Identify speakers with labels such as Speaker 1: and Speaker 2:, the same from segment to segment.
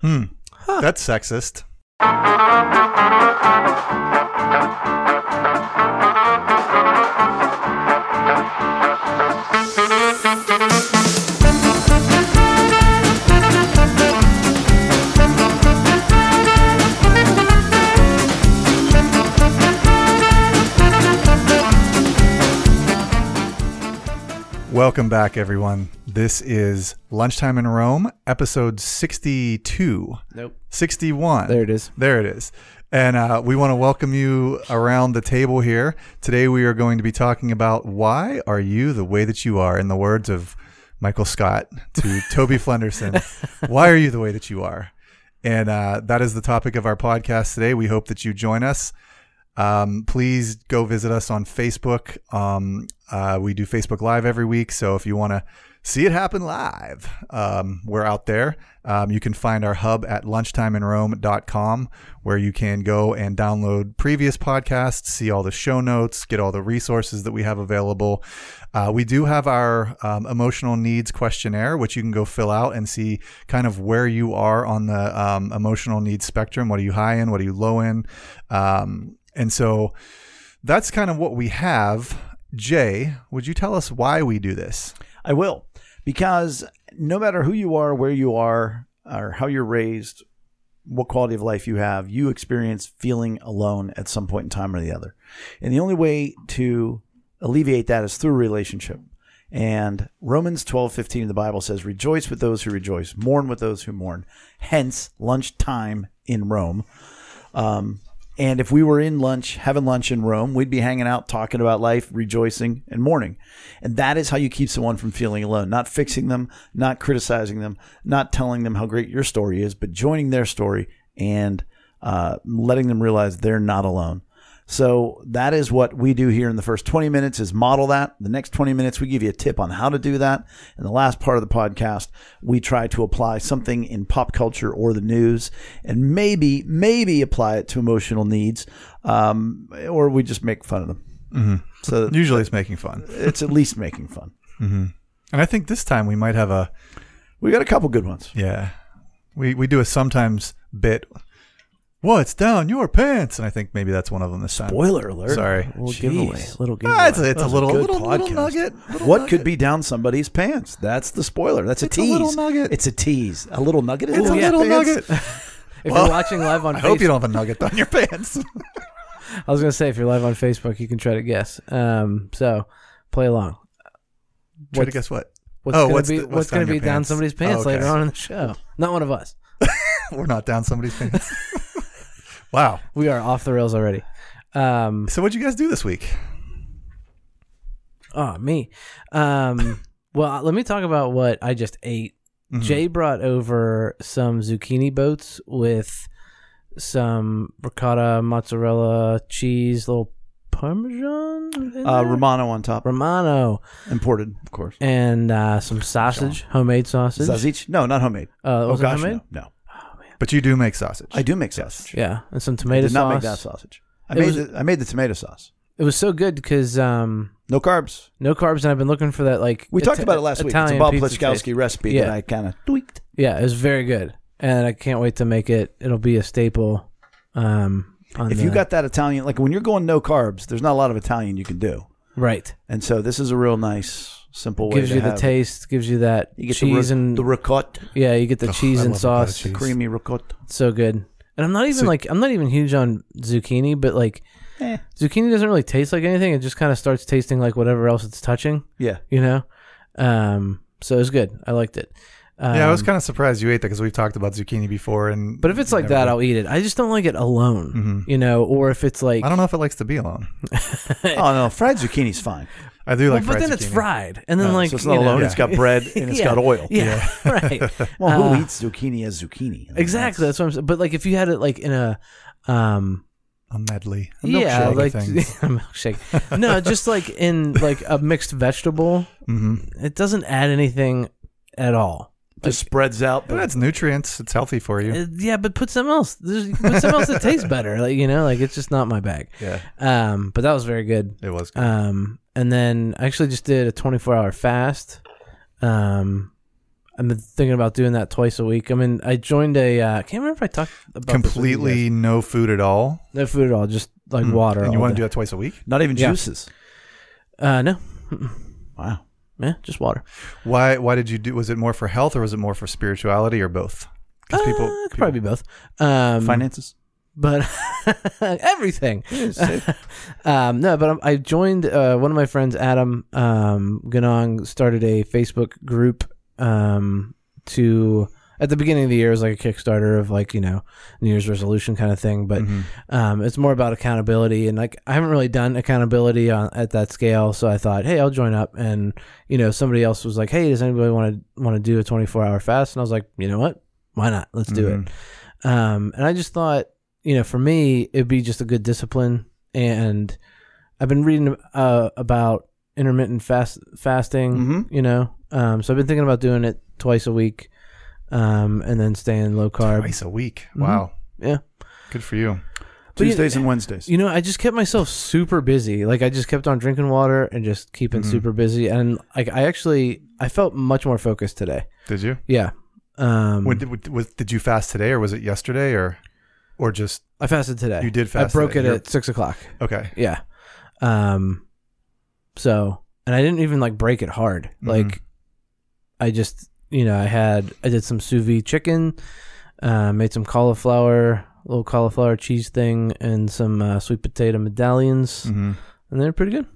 Speaker 1: Hmm. That's sexist. Welcome back, everyone. This is Lunchtime in Rome, episode 62.
Speaker 2: Nope.
Speaker 1: 61.
Speaker 2: There it is.
Speaker 1: There it is. And uh, we want to welcome you around the table here. Today we are going to be talking about why are you the way that you are, in the words of Michael Scott to Toby Flenderson. Why are you the way that you are? And uh, that is the topic of our podcast today. We hope that you join us. Um, please go visit us on Facebook. Um, uh, we do Facebook Live every week. So if you want to see it happen live, um, we're out there. Um, you can find our hub at lunchtimeinrome.com where you can go and download previous podcasts, see all the show notes, get all the resources that we have available. Uh, we do have our um, emotional needs questionnaire, which you can go fill out and see kind of where you are on the um, emotional needs spectrum. What are you high in? What are you low in? Um, and so that's kind of what we have. Jay, would you tell us why we do this?
Speaker 2: I will. Because no matter who you are, where you are, or how you're raised, what quality of life you have, you experience feeling alone at some point in time or the other. And the only way to alleviate that is through relationship. And Romans 12, 15 in the Bible says, Rejoice with those who rejoice, mourn with those who mourn. Hence, lunchtime in Rome. Um, and if we were in lunch, having lunch in Rome, we'd be hanging out, talking about life, rejoicing, and mourning. And that is how you keep someone from feeling alone, not fixing them, not criticizing them, not telling them how great your story is, but joining their story and uh, letting them realize they're not alone. So that is what we do here in the first 20 minutes is model that. The next 20 minutes we give you a tip on how to do that. And the last part of the podcast, we try to apply something in pop culture or the news and maybe maybe apply it to emotional needs um, or we just make fun of them. So
Speaker 1: Usually it's making fun.
Speaker 2: it's at least making fun.
Speaker 1: And I think this time we might have a
Speaker 2: We got a couple good ones.
Speaker 1: yeah. We we do a sometimes bit. What's down your pants? And I think maybe that's one of them this time.
Speaker 2: Boiler alert.
Speaker 1: Sorry.
Speaker 3: Little giveaway.
Speaker 2: Jeez.
Speaker 3: Little giveaway.
Speaker 1: Ah, it's a, it's
Speaker 2: That
Speaker 1: a
Speaker 2: was a
Speaker 1: little
Speaker 2: good
Speaker 1: little, little
Speaker 2: podcast.
Speaker 1: nugget. Little
Speaker 2: What
Speaker 1: nugget.
Speaker 2: could be down somebody's pants? That's the spoiler. That's a
Speaker 1: It's a
Speaker 2: tease.
Speaker 1: little nugget.
Speaker 2: It's a tease. A little nugget. is
Speaker 1: It's a
Speaker 2: on your
Speaker 1: little
Speaker 2: pants.
Speaker 1: nugget.
Speaker 3: If
Speaker 1: Well,
Speaker 3: you're watching live on
Speaker 1: I
Speaker 3: Facebook,
Speaker 1: hope you don't have a nugget on your pants.
Speaker 3: I was gonna say if you're live on Facebook, you can try to guess. Um, so play along.
Speaker 1: Try to
Speaker 3: What's-
Speaker 1: guess what?
Speaker 3: What's
Speaker 1: Oh,
Speaker 3: gonna
Speaker 1: what's
Speaker 3: be
Speaker 1: the- what's
Speaker 3: what's,
Speaker 1: down
Speaker 3: gonna
Speaker 1: your
Speaker 3: be down
Speaker 1: pants?
Speaker 3: somebody's pants
Speaker 1: Oh, okay.
Speaker 3: later on in the show? Not one of us.
Speaker 1: We're not down somebody's pants. wow.
Speaker 3: We are off the rails already. Um,
Speaker 1: So what'd you guys do this week?
Speaker 3: oh me. Um, well, let me talk about what I just ate.
Speaker 1: Mm-hmm.
Speaker 3: Jay brought over some zucchini boats with some ricotta, mozzarella, cheese, little parmesan, in
Speaker 2: Uh,
Speaker 3: there?
Speaker 2: Romano on top.
Speaker 3: Romano
Speaker 2: Imported, of course.
Speaker 3: and uh, some sausage, homemade sausage.
Speaker 2: Sausage? No, not homemade.
Speaker 3: Uh,
Speaker 2: oh
Speaker 3: was it
Speaker 2: gosh,
Speaker 3: homemade?
Speaker 2: no. No.
Speaker 1: But you do make sausage.
Speaker 2: I do make sausage.
Speaker 3: Yeah, and some
Speaker 2: I
Speaker 3: tomato
Speaker 2: did
Speaker 3: sauce.
Speaker 2: not make that sausage. I
Speaker 3: It
Speaker 2: made
Speaker 3: was-
Speaker 2: the, I made the tomato sauce.
Speaker 3: It was so good because um,
Speaker 2: No carbs.
Speaker 3: no carbs, and I've been looking for that. Like
Speaker 2: We talked
Speaker 3: Ita-
Speaker 2: about it last
Speaker 3: Italian
Speaker 2: week.
Speaker 3: pizza
Speaker 2: It's a Bob
Speaker 3: taste.
Speaker 2: Pliskowski recipe
Speaker 3: Yeah.
Speaker 2: that I kind of tweaked.
Speaker 3: Yeah, it was very good, and I can't wait to make it. It'll be a staple. Um, on
Speaker 2: If you
Speaker 3: the-
Speaker 2: got that Italian, like when you're going no carbs, there's not a lot of Italian you can do,
Speaker 3: right,
Speaker 2: and so this is a real nice, simple way
Speaker 3: gives
Speaker 2: to
Speaker 3: you the
Speaker 2: have it.
Speaker 3: taste, gives you that
Speaker 2: You get
Speaker 3: cheese
Speaker 2: the, ric-
Speaker 3: and
Speaker 2: the ricotta,
Speaker 3: yeah, you get the
Speaker 1: Oh,
Speaker 3: cheese
Speaker 1: I
Speaker 3: and
Speaker 1: love ricotta
Speaker 3: sauce.
Speaker 1: cheese.
Speaker 2: creamy ricotta.
Speaker 3: So good. And I'm not
Speaker 1: So-
Speaker 3: even like I'm not even huge on zucchini, but like
Speaker 2: Eh.
Speaker 3: zucchini doesn't really taste like anything. It just kind of starts tasting like whatever else it's touching.
Speaker 2: Yeah,
Speaker 3: you know um so it was good i liked it um,
Speaker 1: yeah, I was kind of surprised you ate that because we've talked about zucchini before. And
Speaker 3: but if it's like that i'll eat it i just don't like it alone you know or if it's like
Speaker 1: Mm-hmm. I don't know if it likes to be alone.
Speaker 3: Eh.
Speaker 2: oh no, fried zucchini's fine.
Speaker 1: I do
Speaker 3: well,
Speaker 1: like.
Speaker 3: but
Speaker 1: fried
Speaker 3: then it's
Speaker 1: zucchini. Oh,
Speaker 3: fried and then like
Speaker 2: so it's
Speaker 3: you
Speaker 2: not
Speaker 3: know-
Speaker 2: alone. It's got bread and it's
Speaker 3: Yeah.
Speaker 2: got oil.
Speaker 3: yeah, right
Speaker 2: Well, who
Speaker 3: Uh,
Speaker 2: eats zucchini as zucchini? I mean,
Speaker 3: exactly that's what i'm saying but like if you had it like in a um
Speaker 1: A medley. milkshake
Speaker 3: yeah
Speaker 1: of
Speaker 3: like
Speaker 1: things.
Speaker 3: milkshake no just like in like a mixed vegetable
Speaker 1: Mm-hmm.
Speaker 3: it doesn't add anything at all
Speaker 2: that's- just spreads out.
Speaker 1: But
Speaker 2: the-
Speaker 1: that's nutrients. It's healthy for you.
Speaker 3: Uh, yeah, but put something else. There's, put something else that tastes better. Like you know, like it's just not my bag.
Speaker 1: Yeah.
Speaker 3: Um, but that was very good.
Speaker 1: It was. Good.
Speaker 3: Um, and then I actually just did a 24 hour fast. Um, I've been thinking about doing that twice a week. I mean, I joined a. Uh, I can't remember if I talked about this with you guys.
Speaker 1: Completely no food at all. Mm.
Speaker 3: no food at all, just like water.
Speaker 1: And you
Speaker 3: all
Speaker 1: want to
Speaker 3: day.
Speaker 1: do that twice a week?
Speaker 2: Not even
Speaker 3: Yeah.
Speaker 2: juices.
Speaker 3: Uh, no,
Speaker 2: Wow.
Speaker 3: yeah, just water.
Speaker 1: Why? Why did you do? Was it more for health or was it more for spirituality or both? Because
Speaker 3: Uh, it could probably be both. Um,
Speaker 2: Finances.
Speaker 3: but everything.
Speaker 2: safe.
Speaker 3: um, no, but i I joined uh, one of my friends, Adam um, Ganong, started a Facebook group um, to at the beginning of the year it was like a Kickstarter of like you know New Year's resolution kind of thing, but
Speaker 1: Mm-hmm,
Speaker 3: um, it's more about accountability and like I haven't really done accountability on, at that scale, so I thought, hey, I'll join up, and you know somebody else was like, hey, does anybody want to want to do a twenty four hour fast? And I was like, you know what, why not? Let's do it.
Speaker 1: mm-hmm.
Speaker 3: Um, and I just thought, you know, for me, it'd be just a good discipline. And I've been reading uh, about intermittent fast fasting,
Speaker 1: Mm-hmm.
Speaker 2: Mhm.
Speaker 3: you know. Um, so I've been thinking about doing it twice a week, um, and then staying low carb. Mm-hmm.
Speaker 1: Twice a week. Wow.
Speaker 3: Yeah.
Speaker 1: Good for you.
Speaker 3: But you-
Speaker 2: Tuesdays and Wednesdays.
Speaker 3: You know, I just kept myself super busy. Like I just kept on drinking water and just keeping
Speaker 1: Mm-hmm.
Speaker 3: super busy. And like I actually, I felt much more focused today.
Speaker 1: Did you?
Speaker 3: Yeah. Um,
Speaker 1: When did was, did you fast today or was it yesterday or or just
Speaker 3: I fasted today.
Speaker 1: You did fast
Speaker 3: I broke
Speaker 1: today.
Speaker 3: it
Speaker 1: You're-
Speaker 3: at six o'clock.
Speaker 1: okay?
Speaker 3: Yeah. Um so and I didn't even like break it hard.
Speaker 2: Mm-hmm.
Speaker 3: Like I just you know, I had I did some sous vide chicken, uh, made some cauliflower, little cauliflower cheese thing and some uh, sweet potato medallions
Speaker 2: Mm.
Speaker 1: Mhm.
Speaker 3: and they're pretty good.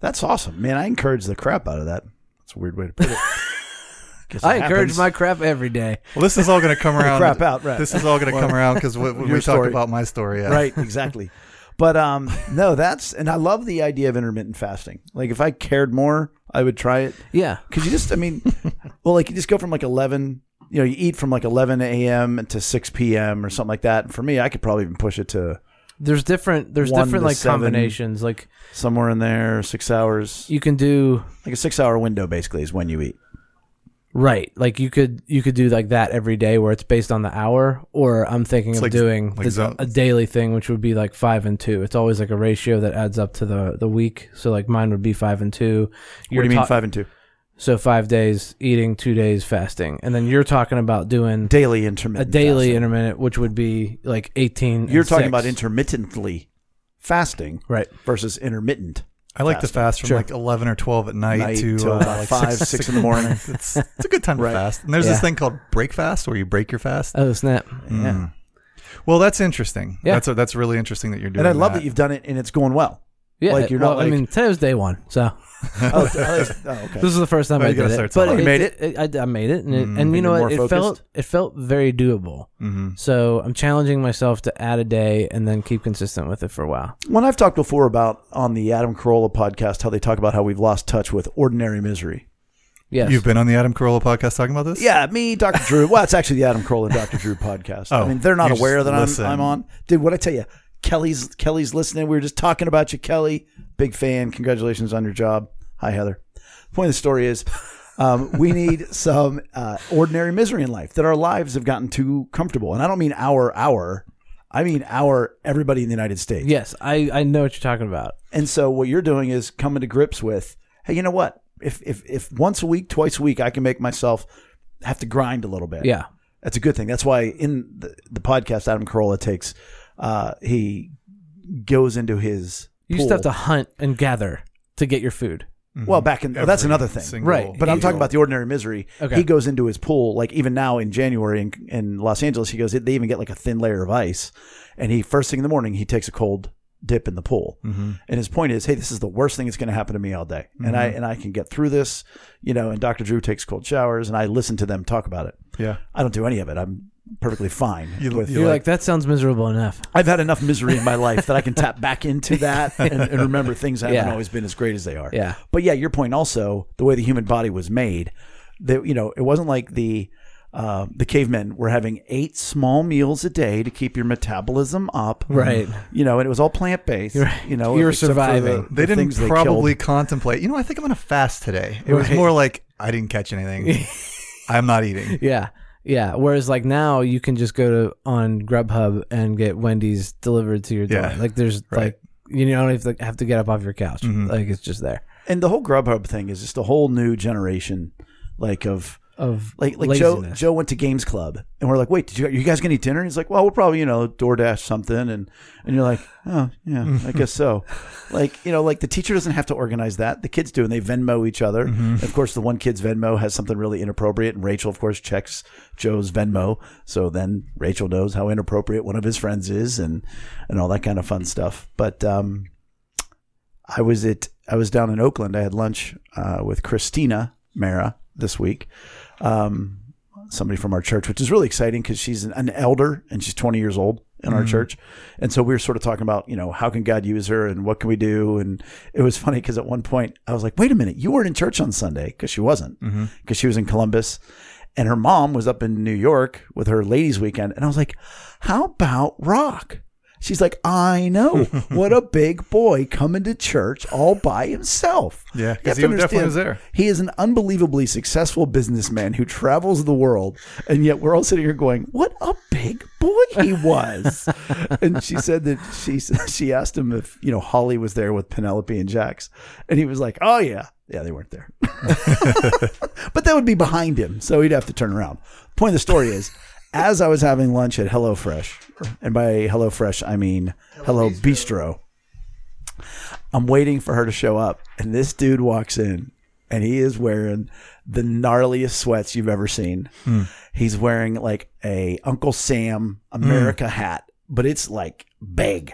Speaker 2: That's awesome, man. I encourage the crap out of that. That's a weird way to put it. Guess it
Speaker 3: I encourage
Speaker 2: happens.
Speaker 3: my crap every day.
Speaker 1: Well, this is all going to come around.
Speaker 2: crap out, right.
Speaker 1: This is all going to come around because we, we
Speaker 2: Your
Speaker 1: talked
Speaker 2: story.
Speaker 1: about my story. Yeah.
Speaker 2: right, exactly. But um, no, that's and I love the idea of intermittent fasting. Like if I cared more, I would try it.
Speaker 3: Yeah.
Speaker 2: Cause you just, I mean, well, like you just go from like eleven, you know, you eat from like eleven a.m. to six p.m. or something like that. And for me, I could probably even push it to
Speaker 3: There's different there's
Speaker 2: One
Speaker 3: different
Speaker 2: to
Speaker 3: like
Speaker 2: seven.
Speaker 3: combinations. Like
Speaker 2: somewhere in there, six hours,
Speaker 3: you can do
Speaker 2: like a six-hour window basically is when you eat.
Speaker 3: Right. Like you could you could do like that every day where it's based on the hour or I'm thinking of
Speaker 1: like-
Speaker 3: doing
Speaker 1: like
Speaker 3: the-
Speaker 1: zone-
Speaker 3: a daily thing which would be like 5 and 2. It's always like a ratio that adds up to the the week. So like mine would be 5 and 2.
Speaker 2: What do you mean
Speaker 3: ta-
Speaker 2: five and two?
Speaker 3: So 5 days eating, 2 days fasting. And then you're talking about doing
Speaker 2: Daily
Speaker 3: a
Speaker 2: intermittent.
Speaker 3: daily
Speaker 2: fasting.
Speaker 3: intermittent which would be like 18 and
Speaker 2: You're talking
Speaker 3: six.
Speaker 2: about intermittently fasting
Speaker 3: Right.
Speaker 2: versus intermittent.
Speaker 1: I like to fast from like eleven or twelve at night,
Speaker 2: Night
Speaker 1: to
Speaker 2: till
Speaker 1: uh,
Speaker 2: about
Speaker 1: like
Speaker 2: five, six in the morning.
Speaker 1: it's, it's a good time
Speaker 2: Right.
Speaker 1: to fast. And there's this
Speaker 3: Yeah.
Speaker 1: thing called break fast where you break your fast. Mm.
Speaker 3: Oh snap.
Speaker 2: Yeah.
Speaker 1: Well, that's interesting.
Speaker 3: Yeah.
Speaker 1: That's a, that's really interesting that you're doing.
Speaker 2: And I love that. you've done it and it's going well.
Speaker 3: Yeah.
Speaker 2: Like, you're not
Speaker 3: well, I
Speaker 2: like-
Speaker 3: mean today was day 1. So
Speaker 2: Oh, it's- oh, it's- oh, okay.
Speaker 3: This is the first time
Speaker 1: Oh,
Speaker 3: I
Speaker 1: you
Speaker 3: did
Speaker 1: gotta start
Speaker 3: it, but
Speaker 1: somewhere.
Speaker 2: You made it?
Speaker 3: I, I made it, and, it, and
Speaker 2: And
Speaker 3: you know
Speaker 2: you're
Speaker 3: what? It
Speaker 2: more
Speaker 3: felt
Speaker 2: focused?
Speaker 3: it felt very doable.
Speaker 1: Mm-hmm.
Speaker 3: So I'm challenging myself to add a day and then keep consistent with it for a while.
Speaker 2: When I've talked before about on the Adam Carolla podcast, how they talk about how we've lost touch with ordinary misery.
Speaker 3: Yes,
Speaker 1: You've been on the Adam Carolla podcast talking about this.
Speaker 2: Yeah, me, Dr. Drew. Well, it's actually the Adam Carolla and Dr. Drew podcast. I
Speaker 1: Oh,
Speaker 2: mean, they're not
Speaker 1: you just
Speaker 2: aware that I'm,
Speaker 1: listen.
Speaker 2: I'm on. Dude, what I tell you, Kelly's Kelly's listening. We were just talking about you, Kelly. Big fan. Congratulations on your job. Hi, Heather. Point of the story is, um, we need some uh, ordinary misery in life. That our lives have gotten too comfortable, and I don't mean our our. I mean our everybody in the United States.
Speaker 3: yes, I I know what you're talking about.
Speaker 2: And so what you're doing is coming to grips with, hey, you know what? If if if once a week, twice a week, I can make myself have to grind a little bit.
Speaker 3: Yeah,
Speaker 2: that's a good thing. That's why in the, the podcast, Adam Carolla takes, uh, he goes into his.
Speaker 3: you just have to hunt and gather to get your food.
Speaker 2: Well, back in that's
Speaker 1: Every
Speaker 2: another thing.
Speaker 1: single-
Speaker 3: Right.
Speaker 2: But I'm talking
Speaker 1: Eagle.
Speaker 2: about the ordinary misery.
Speaker 3: Okay.
Speaker 2: He goes into his pool, like even now in January in, in Los Angeles, he goes, they even get like a thin layer of ice. And he, first thing in the morning, he takes a cold dip in the pool.
Speaker 1: Mm-hmm.
Speaker 2: And his point is, hey, this is the worst thing that's going to happen to me all day. And
Speaker 1: Mm-hmm.
Speaker 2: I, and I can get through this, you know, and Dr. Drew takes cold showers and I listen to them talk about it.
Speaker 1: Yeah.
Speaker 2: I don't do any of it. I'm perfectly fine.
Speaker 1: You-
Speaker 2: with,
Speaker 1: you
Speaker 3: You're like, that sounds miserable enough.
Speaker 2: I've had enough misery in my life that I can tap back into that and, and remember things haven't
Speaker 3: Yeah.
Speaker 2: always been as great as they are.
Speaker 3: Yeah.
Speaker 2: But yeah, your point also, the way the human body was made, that you know, it wasn't like the uh, the cavemen were having eight small meals a day to keep your metabolism up.
Speaker 3: Right.
Speaker 2: You know, and it was all plant based. You know,
Speaker 3: You were
Speaker 2: except for the-
Speaker 3: surviving.
Speaker 2: the
Speaker 1: They didn't
Speaker 2: things they
Speaker 1: probably
Speaker 2: killed.
Speaker 1: contemplate. You know, I think I'm going to fast today. It was
Speaker 3: Right.
Speaker 1: more like I didn't catch anything. I'm not eating.
Speaker 3: Yeah. Yeah. Whereas like now you can just go to on Grubhub and get Wendy's delivered to your door.
Speaker 1: Yeah.
Speaker 3: Like there's like you don't have to, have to get up off your couch. Like it's just there.
Speaker 2: and the whole Grubhub thing is just a whole new generation, like of
Speaker 3: of
Speaker 2: Like like
Speaker 3: laziness.
Speaker 2: Joe Joe went to Games Club and we're like, wait, did you, you guys gonna eat dinner? And he's like, well, we'll probably you know DoorDash something, and and you're like, oh yeah, I guess so. Like you know, like the teacher doesn't have to organize that. The kids do, and they Venmo each other. Of course, the one kid's Venmo has something really inappropriate, and Rachel, of course, checks Joe's Venmo, so then Rachel knows how inappropriate one of his friends is, and and all that kind of fun stuff. But um, I was at I was down in Oakland. I had lunch uh, with Christina Mara this week, um, somebody from our church, which is really exciting because she's an, an elder and she's 20 years old in
Speaker 1: Mm-hmm.
Speaker 2: our church. And so we were sort of talking about you know how can God use her and what can we do. And it was funny because at one point I was like, wait a minute, you weren't in church on Sunday because she wasn't because
Speaker 1: Mm-hmm.
Speaker 2: she was in Columbus. And her mom was up in New York with her ladies' weekend. And I was like, how about rock? She's like, I know. what a big boy coming to church all by himself.
Speaker 1: Yeah,
Speaker 2: You
Speaker 1: 'cause
Speaker 2: have to
Speaker 1: he definitely
Speaker 2: understand,
Speaker 1: was there.
Speaker 2: He is an unbelievably successful businessman who travels the world, and yet we're all sitting here going, "What a big boy he was!" and she said that she she asked him if you know Holly was there with Penelope and Jax, and he was like, "Oh yeah, yeah, they weren't there." but that would be behind him, so he'd have to turn around. Point of the story is, as I was having lunch at HelloFresh, and by HelloFresh I mean Hello, Bistro. I'm waiting for her to show up, and this dude walks in, and he is wearing the gnarliest sweats you've ever seen. He's wearing like a Uncle Sam America hat, but it's like big.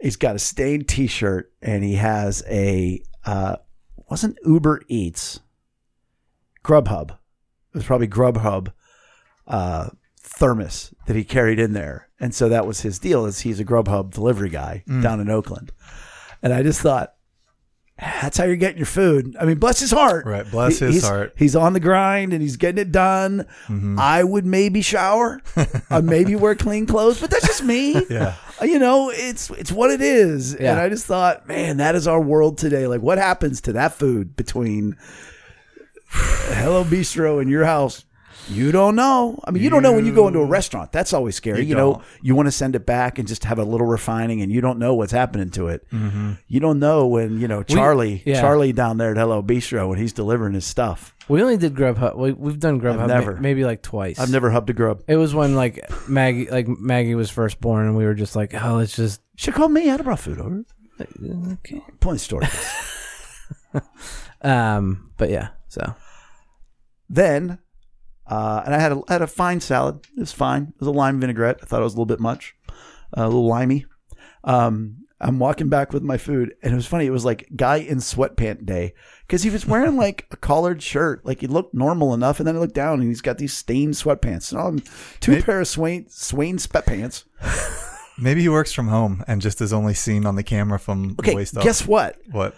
Speaker 2: He's got a stained T-shirt, and he has a uh, wasn't Uber Eats. Grubhub. It was probably Grubhub uh, thermos that he carried in there, and so that was his deal. Is he's a Grubhub delivery guy
Speaker 1: Mm.
Speaker 2: down in Oakland, and I just thought that's how you're getting your food. I mean, bless his heart.
Speaker 1: Right, bless his
Speaker 2: he's-
Speaker 1: heart. Mm-hmm.
Speaker 2: He's on the grind and he's getting it done. I would maybe shower, I maybe wear clean clothes, but that's just me. Uh,
Speaker 1: Yeah.
Speaker 2: You know, it's it's what it is.
Speaker 3: Yeah.
Speaker 2: And I just thought, man, that is our world today. Like what happens to that food between Hello Bistro and your house? You don't know. I mean, you, don't know when you go into a restaurant. That's always scary. You, know,
Speaker 1: don't.
Speaker 2: you want to send it back and just have a little refining and you don't know what's happening to it. You don't know when, you know, Charlie,
Speaker 3: yeah.
Speaker 2: Charlie down there at Hello Bistro when he's delivering his stuff.
Speaker 3: We only did Grubhub. We, we've done Grubhub ma-
Speaker 2: never.
Speaker 3: maybe like twice.
Speaker 2: I've never hubbed a grub.
Speaker 3: It was when like Maggie, like Maggie was first born, and we were just like, oh, let's just
Speaker 2: She called me. I'd have brought food over.
Speaker 3: okay.
Speaker 2: Point of story.
Speaker 3: Um, but yeah, so
Speaker 2: then, uh, and I had a, had a fine salad. It was fine. It was a lime vinaigrette. I thought it was a little bit much, uh, a little limey. Um, I'm walking back with my food, and it was funny. It was like guy in sweatpant day because he was wearing like a collared shirt. Like he looked normal enough, and then I looked down, and he's got these stained sweatpants. And I'm two pair of swain swain sweatpants.
Speaker 1: Maybe he works from home and just is only seen on the camera from the
Speaker 2: Okay,
Speaker 1: waist up.
Speaker 2: guess what?
Speaker 1: what?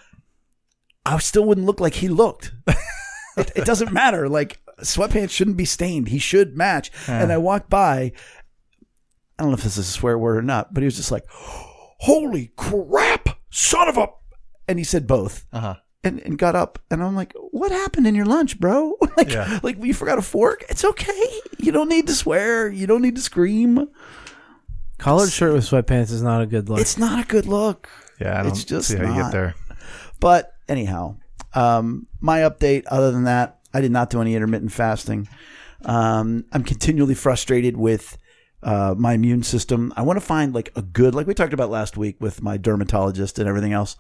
Speaker 2: I still wouldn't look like he looked. it, it doesn't matter. Like sweatpants shouldn't be stained. He should match. And I walked by. I don't know if this is a swear word or not, but he was just like, "Holy crap, son of a!" And he said both.
Speaker 1: Uh huh.
Speaker 2: And, and got up and I'm like, what happened in your lunch, bro? like,
Speaker 1: Yeah.
Speaker 2: like you forgot a fork. It's okay. You don't need to swear. You don't need to scream.
Speaker 3: collared shirt with sweatpants is not a good look.
Speaker 2: It's not a good look.
Speaker 1: Yeah, I don't
Speaker 2: It's just
Speaker 1: see how you
Speaker 2: not.
Speaker 1: get there.
Speaker 2: But anyhow, um, my update. Other than that, I did not do any intermittent fasting. Um, I'm continually frustrated with uh, my immune system. I want to find like a good, like we talked about last week with my dermatologist and everything else.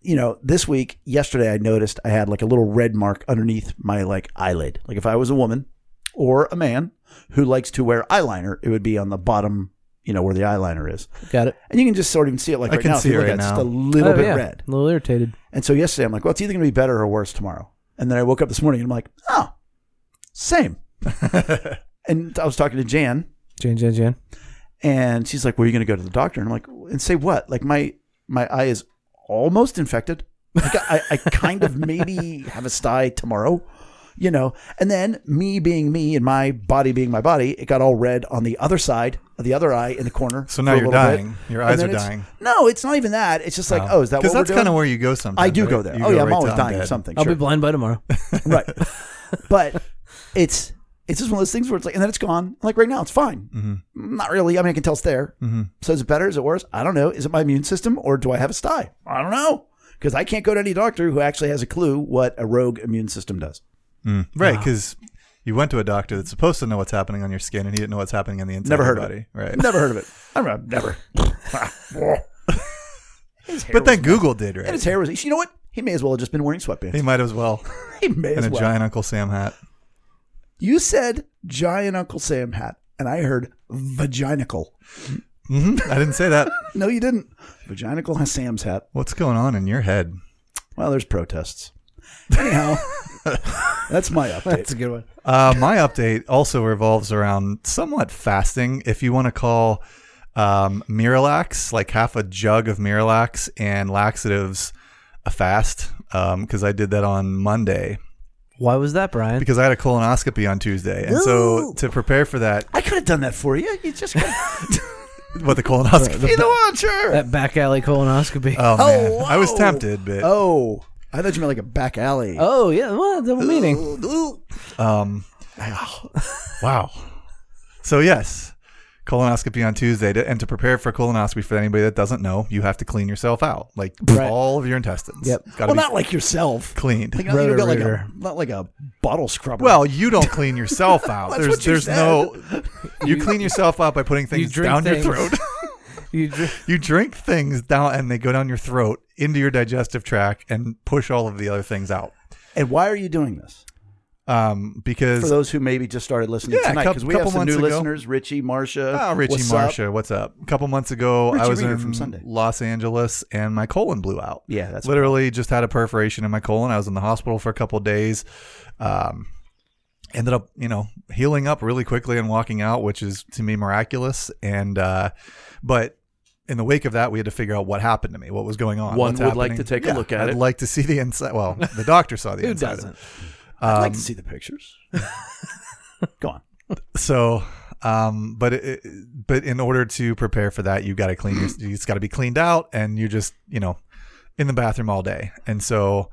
Speaker 2: You know, this week, yesterday, I noticed I had like a little red mark underneath my like eyelid. Like if I was a woman or a man who likes to wear eyeliner, it would be on the bottom, you know, where the eyeliner is.
Speaker 3: Got it.
Speaker 2: And you can just sort of even see it like
Speaker 1: I
Speaker 2: right
Speaker 1: can
Speaker 2: now. if
Speaker 1: see
Speaker 2: you
Speaker 1: it
Speaker 2: look
Speaker 1: right
Speaker 2: at it, it's just
Speaker 1: now.
Speaker 2: a little
Speaker 3: Oh,
Speaker 2: bit
Speaker 3: yeah.
Speaker 2: red.
Speaker 3: a little irritated.
Speaker 2: And so yesterday, I'm like, well, it's either going to be better or worse tomorrow. And then I woke up this morning and I'm like, oh, same. and I was talking to Jan,
Speaker 3: Jan, Jan, Jan.
Speaker 2: and she's like, "Were you going to go to the doctor?" And I'm like, "And say what? Like my my eye is almost infected. Like I, I kind of maybe have a sty tomorrow, you know." And then me being me and my body being my body, it got all red on the other side of the other eye in the corner.
Speaker 1: So now
Speaker 2: for a
Speaker 1: you're
Speaker 2: little bit.
Speaker 1: dying. Your
Speaker 2: And
Speaker 1: eyes
Speaker 2: then
Speaker 1: are
Speaker 2: it's-
Speaker 1: dying.
Speaker 2: No, it's not even that. It's just like, oh, is that what
Speaker 1: Because
Speaker 2: we're
Speaker 1: that's
Speaker 2: doing?
Speaker 1: kind of where you go sometimes.
Speaker 2: I do
Speaker 1: right?
Speaker 2: go there.
Speaker 1: You
Speaker 2: oh yeah,
Speaker 1: right
Speaker 2: I'm
Speaker 1: to
Speaker 2: always
Speaker 1: I'm
Speaker 2: dying of
Speaker 1: dead.
Speaker 2: something.
Speaker 3: I'll
Speaker 2: sure
Speaker 3: be blind by tomorrow.
Speaker 2: right but it's it's just one of those things where it's like and then it's gone like right now it's fine
Speaker 1: Mm-hmm.
Speaker 2: not really i mean i can tell it's there so is it better is it worse i don't know is it my immune system or do i have a sty i don't know because i can't go to any doctor who actually has a clue what a rogue immune system does
Speaker 1: Right, because you went to a doctor that's supposed to know what's happening on your skin, and he didn't know what's happening in the entire
Speaker 2: Never heard of
Speaker 1: body. Right.
Speaker 2: Never heard of it. I don't know. Never. His hair
Speaker 1: But
Speaker 2: was-
Speaker 1: then Google did,
Speaker 2: and his
Speaker 1: right?
Speaker 2: hair was. You know what? He may as well have just been wearing sweatpants.
Speaker 1: He might as well.
Speaker 2: He may
Speaker 1: And
Speaker 2: as
Speaker 1: a
Speaker 2: well.
Speaker 1: giant Uncle Sam hat.
Speaker 2: You said giant Uncle Sam hat, and I heard vaginical.
Speaker 1: hmm I didn't say that.
Speaker 2: No, you didn't. Vaginical has Sam's hat.
Speaker 1: What's going on in your head?
Speaker 2: Well, there's protests. Anyhow, that's my update.
Speaker 3: That's a good one.
Speaker 1: Uh, my update also revolves around somewhat fasting. If you want to call um, Miralax, like half a jug of Miralax and laxatives, a fast, because I did that on Monday
Speaker 3: Why was that, Brian?
Speaker 1: because I had a colonoscopy on Tuesday, and so
Speaker 2: Woo!
Speaker 1: to prepare for that,
Speaker 2: I could have done that for you. You just could
Speaker 1: what the colonoscopy?
Speaker 2: be the one, sure.
Speaker 3: that back alley colonoscopy.
Speaker 1: oh man, I was
Speaker 2: whoa.
Speaker 1: tempted, but
Speaker 2: oh, I thought you meant like a back alley.
Speaker 3: oh yeah, well, double meaning.
Speaker 2: Ooh, ooh.
Speaker 1: Um, wow. So yes, colonoscopy on Tuesday, to, and to prepare for colonoscopy, for anybody that doesn't know, you have to clean yourself out, like
Speaker 3: Right.
Speaker 1: all of your intestines.
Speaker 3: Yep.
Speaker 1: Got to
Speaker 2: Well,
Speaker 1: be
Speaker 2: not like yourself.
Speaker 1: cleaned.
Speaker 2: Like, not, you don't go like a,
Speaker 3: Roto-rooter.
Speaker 2: not like a bottle scrubber.
Speaker 1: well, you don't clean yourself out.
Speaker 2: That's
Speaker 1: there's
Speaker 2: what you
Speaker 1: there's no. You clean yourself out by putting things
Speaker 3: drink
Speaker 1: down
Speaker 3: things.
Speaker 1: your throat.
Speaker 3: You dr-
Speaker 1: you drink things down, and they go down your throat into your digestive tract and push all of the other things out.
Speaker 2: and why are you doing this?
Speaker 1: Um,
Speaker 2: For
Speaker 1: because
Speaker 2: those who maybe just started listening
Speaker 1: Yeah, a
Speaker 2: tonight,
Speaker 1: coup-
Speaker 2: because we have
Speaker 1: couple
Speaker 2: some new
Speaker 1: months ago.
Speaker 2: listeners, Richie, Marsha.
Speaker 1: Oh, Richie
Speaker 2: what's up?
Speaker 1: Marsha, what's up? A couple months ago,
Speaker 2: Richie
Speaker 1: I was
Speaker 2: Reeder
Speaker 1: in
Speaker 2: from Sunday.
Speaker 1: Los Angeles and my colon blew out.
Speaker 2: Yeah, that's
Speaker 1: literally just had a perforation in my colon. I was in the hospital for a couple of days. Um, ended up, you know, healing up really quickly and walking out, which is to me miraculous. And uh, but in the wake of that, we had to figure out what happened to me, what was going on.
Speaker 4: One
Speaker 1: what's
Speaker 4: would like
Speaker 1: happening.
Speaker 4: to take a look at
Speaker 1: I'd
Speaker 4: it.
Speaker 1: like to see the inside. Well, the doctor saw the
Speaker 3: who
Speaker 1: inside. of it.
Speaker 3: doesn't?
Speaker 2: I'd
Speaker 1: Um,
Speaker 2: like to see the pictures. go on.
Speaker 1: So, um, but it, it- but in order to prepare for that, you got to clean. Your, it's got to be cleaned out, and you're just you know in the bathroom all day, and so,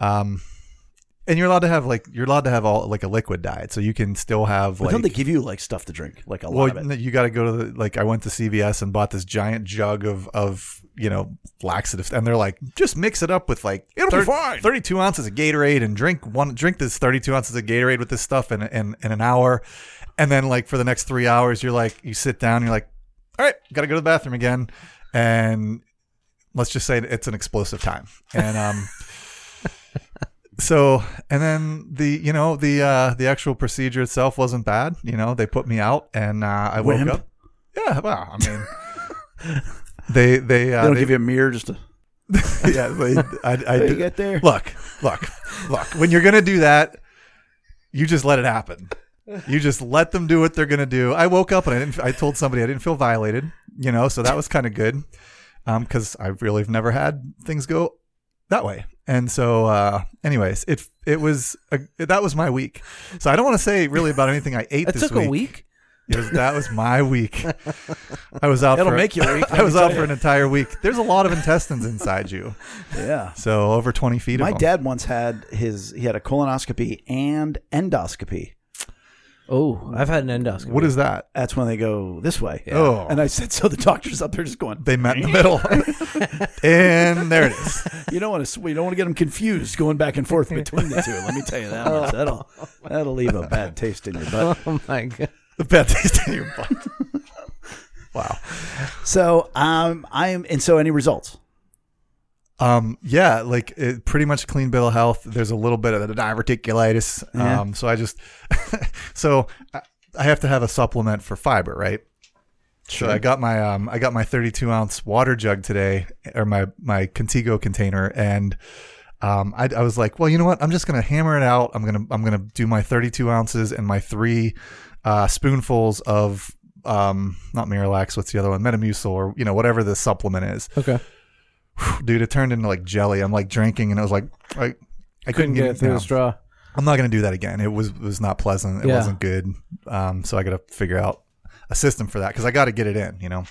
Speaker 1: um, and you're allowed to have like you're allowed to have all like a liquid diet, so you can still have
Speaker 2: But
Speaker 1: like.
Speaker 2: don't they give you like stuff to drink, like a
Speaker 1: well,
Speaker 2: lot of it?
Speaker 1: no, you got to go to the, like I went to CVS and bought this giant jug of of you know laxatives, and they're like just mix it up with like
Speaker 2: It'll be
Speaker 1: thir-
Speaker 2: fine.
Speaker 1: thirty-two ounces of Gatorade, and drink one drink this thirty-two ounces of Gatorade with this stuff in in, in an hour, and then like for the next three hours, you're like you sit down, you're like, all right, got to go to the bathroom again, and let's just say it's an explosive time, and um. So and then the you know the uh the actual procedure itself wasn't bad you know they put me out and uh, I woke
Speaker 2: Wimp.
Speaker 1: up yeah well I mean they they uh,
Speaker 2: they don't
Speaker 1: they-
Speaker 2: give you a mirror just to
Speaker 1: yeah they, I, I
Speaker 2: Hey,
Speaker 1: did-
Speaker 2: you get there.
Speaker 1: look, look, look. When you're gonna do that, you just let it happen. You just let them do what they're gonna do. I woke up and I didn't. I told somebody I didn't feel violated. You know, so that was kind of good, because I really have never had things go that way. And so, uh, anyways, it it was a, that was my week. So I don't want to say really about anything I ate
Speaker 3: It
Speaker 1: this
Speaker 3: took
Speaker 1: week.
Speaker 3: a week.
Speaker 1: It was, that was my week. I was out.
Speaker 2: It'll
Speaker 1: for,
Speaker 2: make you weak,
Speaker 1: I was
Speaker 2: let
Speaker 1: out
Speaker 2: me tell
Speaker 1: for an entire week. There's a lot of intestines inside you,
Speaker 2: Yeah.
Speaker 1: so over 20 feet.
Speaker 2: My
Speaker 1: of them.
Speaker 2: dad once had his he had a colonoscopy and endoscopy.
Speaker 3: Oh, I've had an endoscopy.
Speaker 1: What is that?
Speaker 2: That's when they go this way.
Speaker 1: Oh.
Speaker 2: And I said, so the doctor's up there just going,
Speaker 1: They met in the middle. and there it is.
Speaker 2: you don't want to, you don't want to get them confused going back and forth between the two. Let me tell you that. Much. That'll that'll leave a bad taste in your butt.
Speaker 3: Oh my god!
Speaker 1: The bad taste in your butt. Wow.
Speaker 2: So um, I am, and so any results?
Speaker 1: Um, yeah, like it, pretty much clean bill of health. There's a little bit of the diverticulitis.
Speaker 2: Yeah.
Speaker 1: Um, so I just, so I, I have to have a supplement for fiber, right? So I got my um I got my 32 ounce water jug today, or my my Contigo container, and um I, I was like, well, you know what? I'm just gonna hammer it out. I'm gonna I'm gonna do my 32 ounces and my three uh, spoonfuls of um not Miralax. What's the other one? Metamucil or you know whatever the supplement is.
Speaker 3: Okay,
Speaker 1: Dude, it turned into like jelly. I'm like drinking, and I was like, I I couldn't,
Speaker 3: couldn't get it through
Speaker 1: down.
Speaker 3: the straw.
Speaker 1: I'm not going to do that again. It was was not pleasant. It
Speaker 3: Yeah.
Speaker 1: wasn't good. Um, so I got to figure out a system for that because I got to get it in. You know.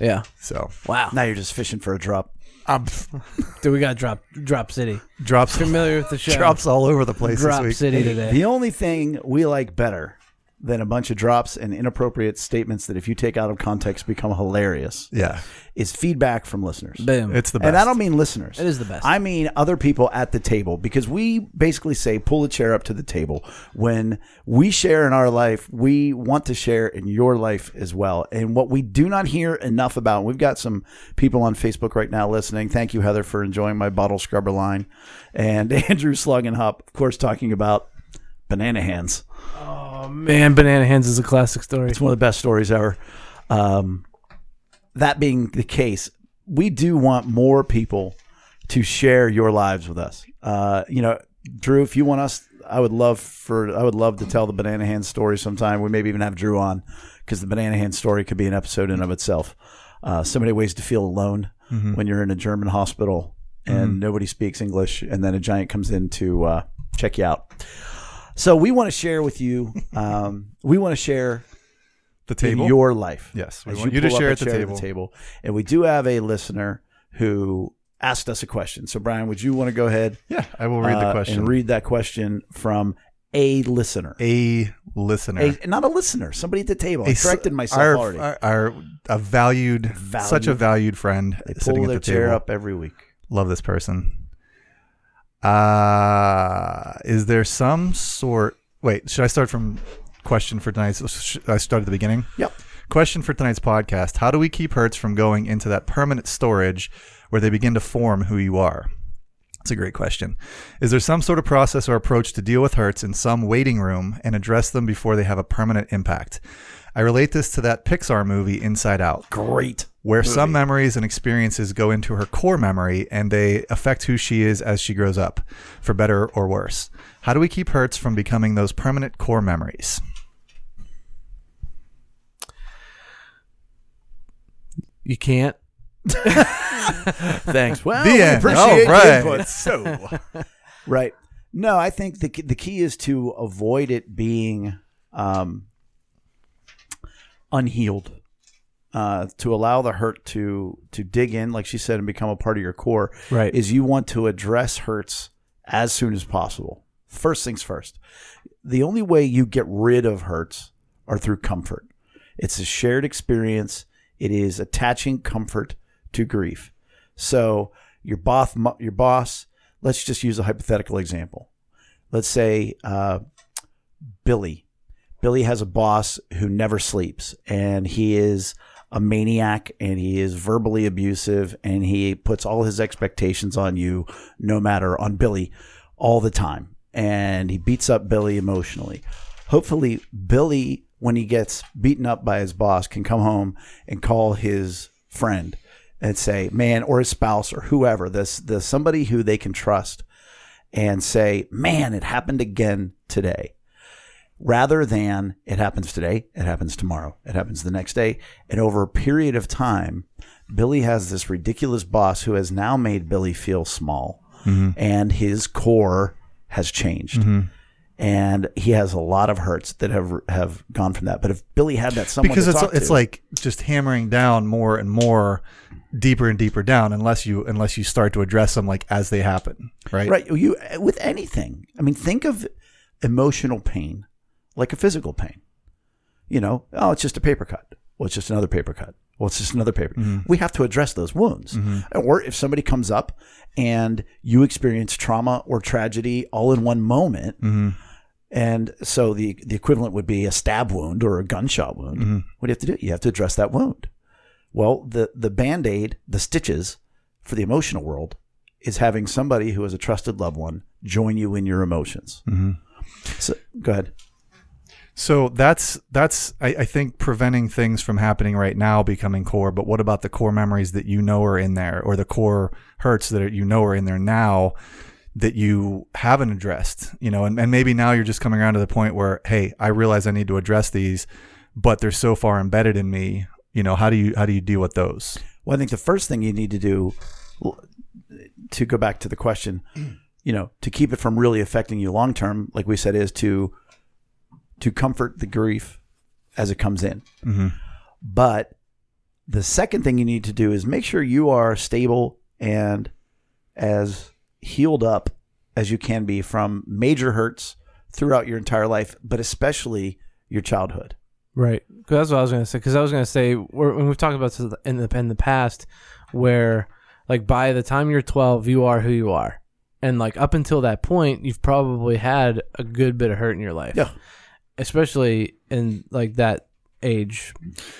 Speaker 3: Yeah.
Speaker 1: So
Speaker 3: Wow.
Speaker 2: Now you're just fishing for a drop.
Speaker 1: I'm
Speaker 3: Dude, we got drop drop city.
Speaker 1: drops
Speaker 3: Familiar with the show?
Speaker 1: drops all over the place
Speaker 3: drop
Speaker 1: this week.
Speaker 3: city today.
Speaker 2: The only thing we like better than a bunch of drops and inappropriate statements that, if you take out of context, become hilarious.
Speaker 1: Yeah,
Speaker 2: Is feedback from listeners.
Speaker 3: Boom.
Speaker 1: it's the best.
Speaker 2: And I don't mean listeners.
Speaker 3: It is the best.
Speaker 2: I mean other people at the table because we basically say pull a chair up to the table. When we share in our life, we want to share in your life as well. And what we do not hear enough about, we've got some people on Facebook right now listening. Thank you, Heather, for enjoying my bottle scrubber line. And Andrew Sluggenhop, of course, talking about banana hands.
Speaker 3: oh man, Banana Hands is a classic story.
Speaker 2: It's one of the best stories ever. Um, that being the case, we do want more people to share your lives with us. Uh, you know, Drew, if you want us, I would love for I would love to tell the banana hand story sometime. We maybe even have Drew on because the banana hand story could be an episode in of itself. Uh, so many ways to feel alone when you're in a German hospital and nobody speaks English, and then a giant comes in to uh, check you out. So we want to share with you. Um, we want to share
Speaker 1: the table.
Speaker 2: in your life.
Speaker 1: Yes, we
Speaker 2: As
Speaker 1: want you to
Speaker 2: pull up
Speaker 1: share
Speaker 2: a
Speaker 1: at the
Speaker 2: chair
Speaker 1: table.
Speaker 2: And we do have a listener who asked us a question. So, Brian, would you want to go ahead
Speaker 1: yeah, I will read
Speaker 2: uh,
Speaker 1: the question.
Speaker 2: and read that question from a listener?
Speaker 1: a listener.
Speaker 2: A, not a listener, somebody at the table. I
Speaker 1: s-
Speaker 2: corrected myself
Speaker 1: our, uh,
Speaker 2: already.
Speaker 1: Our, our- a valued, such a
Speaker 2: Valued.
Speaker 1: valued friend
Speaker 2: they
Speaker 1: sitting
Speaker 2: pull
Speaker 1: at
Speaker 2: their
Speaker 1: the
Speaker 2: chair
Speaker 1: table.
Speaker 2: up every week.
Speaker 1: Love this person. Uh, is there some sort? Wait, should I start from question for tonight's? Should I start at the beginning?
Speaker 2: Yep.
Speaker 1: Question for tonight's podcast: How do we keep hurts from going into that permanent storage where they begin to form who you are? That's a great question. Is there some sort of process or approach to deal with hurts in some waiting room and address them before they have a permanent impact? I relate this to that Pixar movie Inside Out
Speaker 2: Great.
Speaker 1: where some memories and experiences go into her core memory and they affect who she is as she grows up, for better or worse. How do we keep hurts from becoming those permanent core memories?
Speaker 3: You can't.
Speaker 2: Thanks. Well,
Speaker 1: The
Speaker 2: Oh, we
Speaker 1: end.
Speaker 2: appreciate
Speaker 1: All right.
Speaker 2: the input.
Speaker 1: So,
Speaker 2: Right. No, I think the the key is to avoid it being um, unhealed. Uh, to allow the hurt to to dig in, like she said, and become a part of your core.
Speaker 3: Right.
Speaker 2: Is you want to address hurts as soon as possible. First things first. The only way you get rid of hurts are through comfort. It's a shared experience. It is attaching comfort to grief. So your boss, your boss. Let's just use a hypothetical example. Let's say uh, Billy. Billy has a boss who never sleeps, and he is a maniac, and he is verbally abusive, and he puts all his expectations on you, no matter on Billy, all the time, and he beats up Billy emotionally. Hopefully, Billy, when he gets beaten up by his boss, can come home and call his friend and say, "Man," or his spouse, or whoever, this the somebody who they can trust, and say, "Man, it happened again today." Rather than it happens today, it happens tomorrow, it happens the next day, and over a period of time, Billy has this ridiculous boss who has now made Billy feel small,
Speaker 1: Mm-hmm.
Speaker 2: and his core has changed. And he has a lot of hurts that have have gone from that. But if Billy had that someone
Speaker 1: because
Speaker 2: to
Speaker 1: it's
Speaker 2: talk
Speaker 1: it's
Speaker 2: to-
Speaker 1: like just hammering down more and more, deeper and deeper down, unless you unless you start to address them like as they happen, right?
Speaker 2: Right. You with anything. I mean, think of emotional pain like a physical pain. You know, oh, it's just a paper cut. Well, it's just another paper cut. Well, it's just another paper. We have to address those wounds. Or if somebody comes up and you experience trauma or tragedy all in one moment, and so the the equivalent would be a stab wound or a gunshot wound. What do you have to do? You have to address that wound. Well, the the band aid, the stitches for the emotional world is having somebody who is a trusted loved one join you in your emotions. So go ahead.
Speaker 1: So that's that's I, I think preventing things from happening right now becoming core. But what about the core memories that you know are in there, or the core hurts that are, you know are in there now that you haven't addressed? You know, and, and maybe now you're just coming around to the point where, hey, I realize I need to address these, but they're so far embedded in me. You know, how do you how do you deal with those?
Speaker 2: Well, I think the first thing you need to do to go back to the question, you know, to keep it from really affecting you long term, like we said, is to to comfort the grief as it comes in.
Speaker 1: Mm-hmm.
Speaker 2: But the second thing you need to do is make sure you are stable and as healed up as you can be from major hurts throughout your entire life, but especially your childhood.
Speaker 3: Right. 'Cause that's what I was gonna say. Because I was gonna say we're, when we've talked about this in the in the past, where like by the time you're 12, you are who you are, and like up until that point, you've probably had a good bit of hurt in your life.
Speaker 2: Yeah.
Speaker 3: Especially in like that age,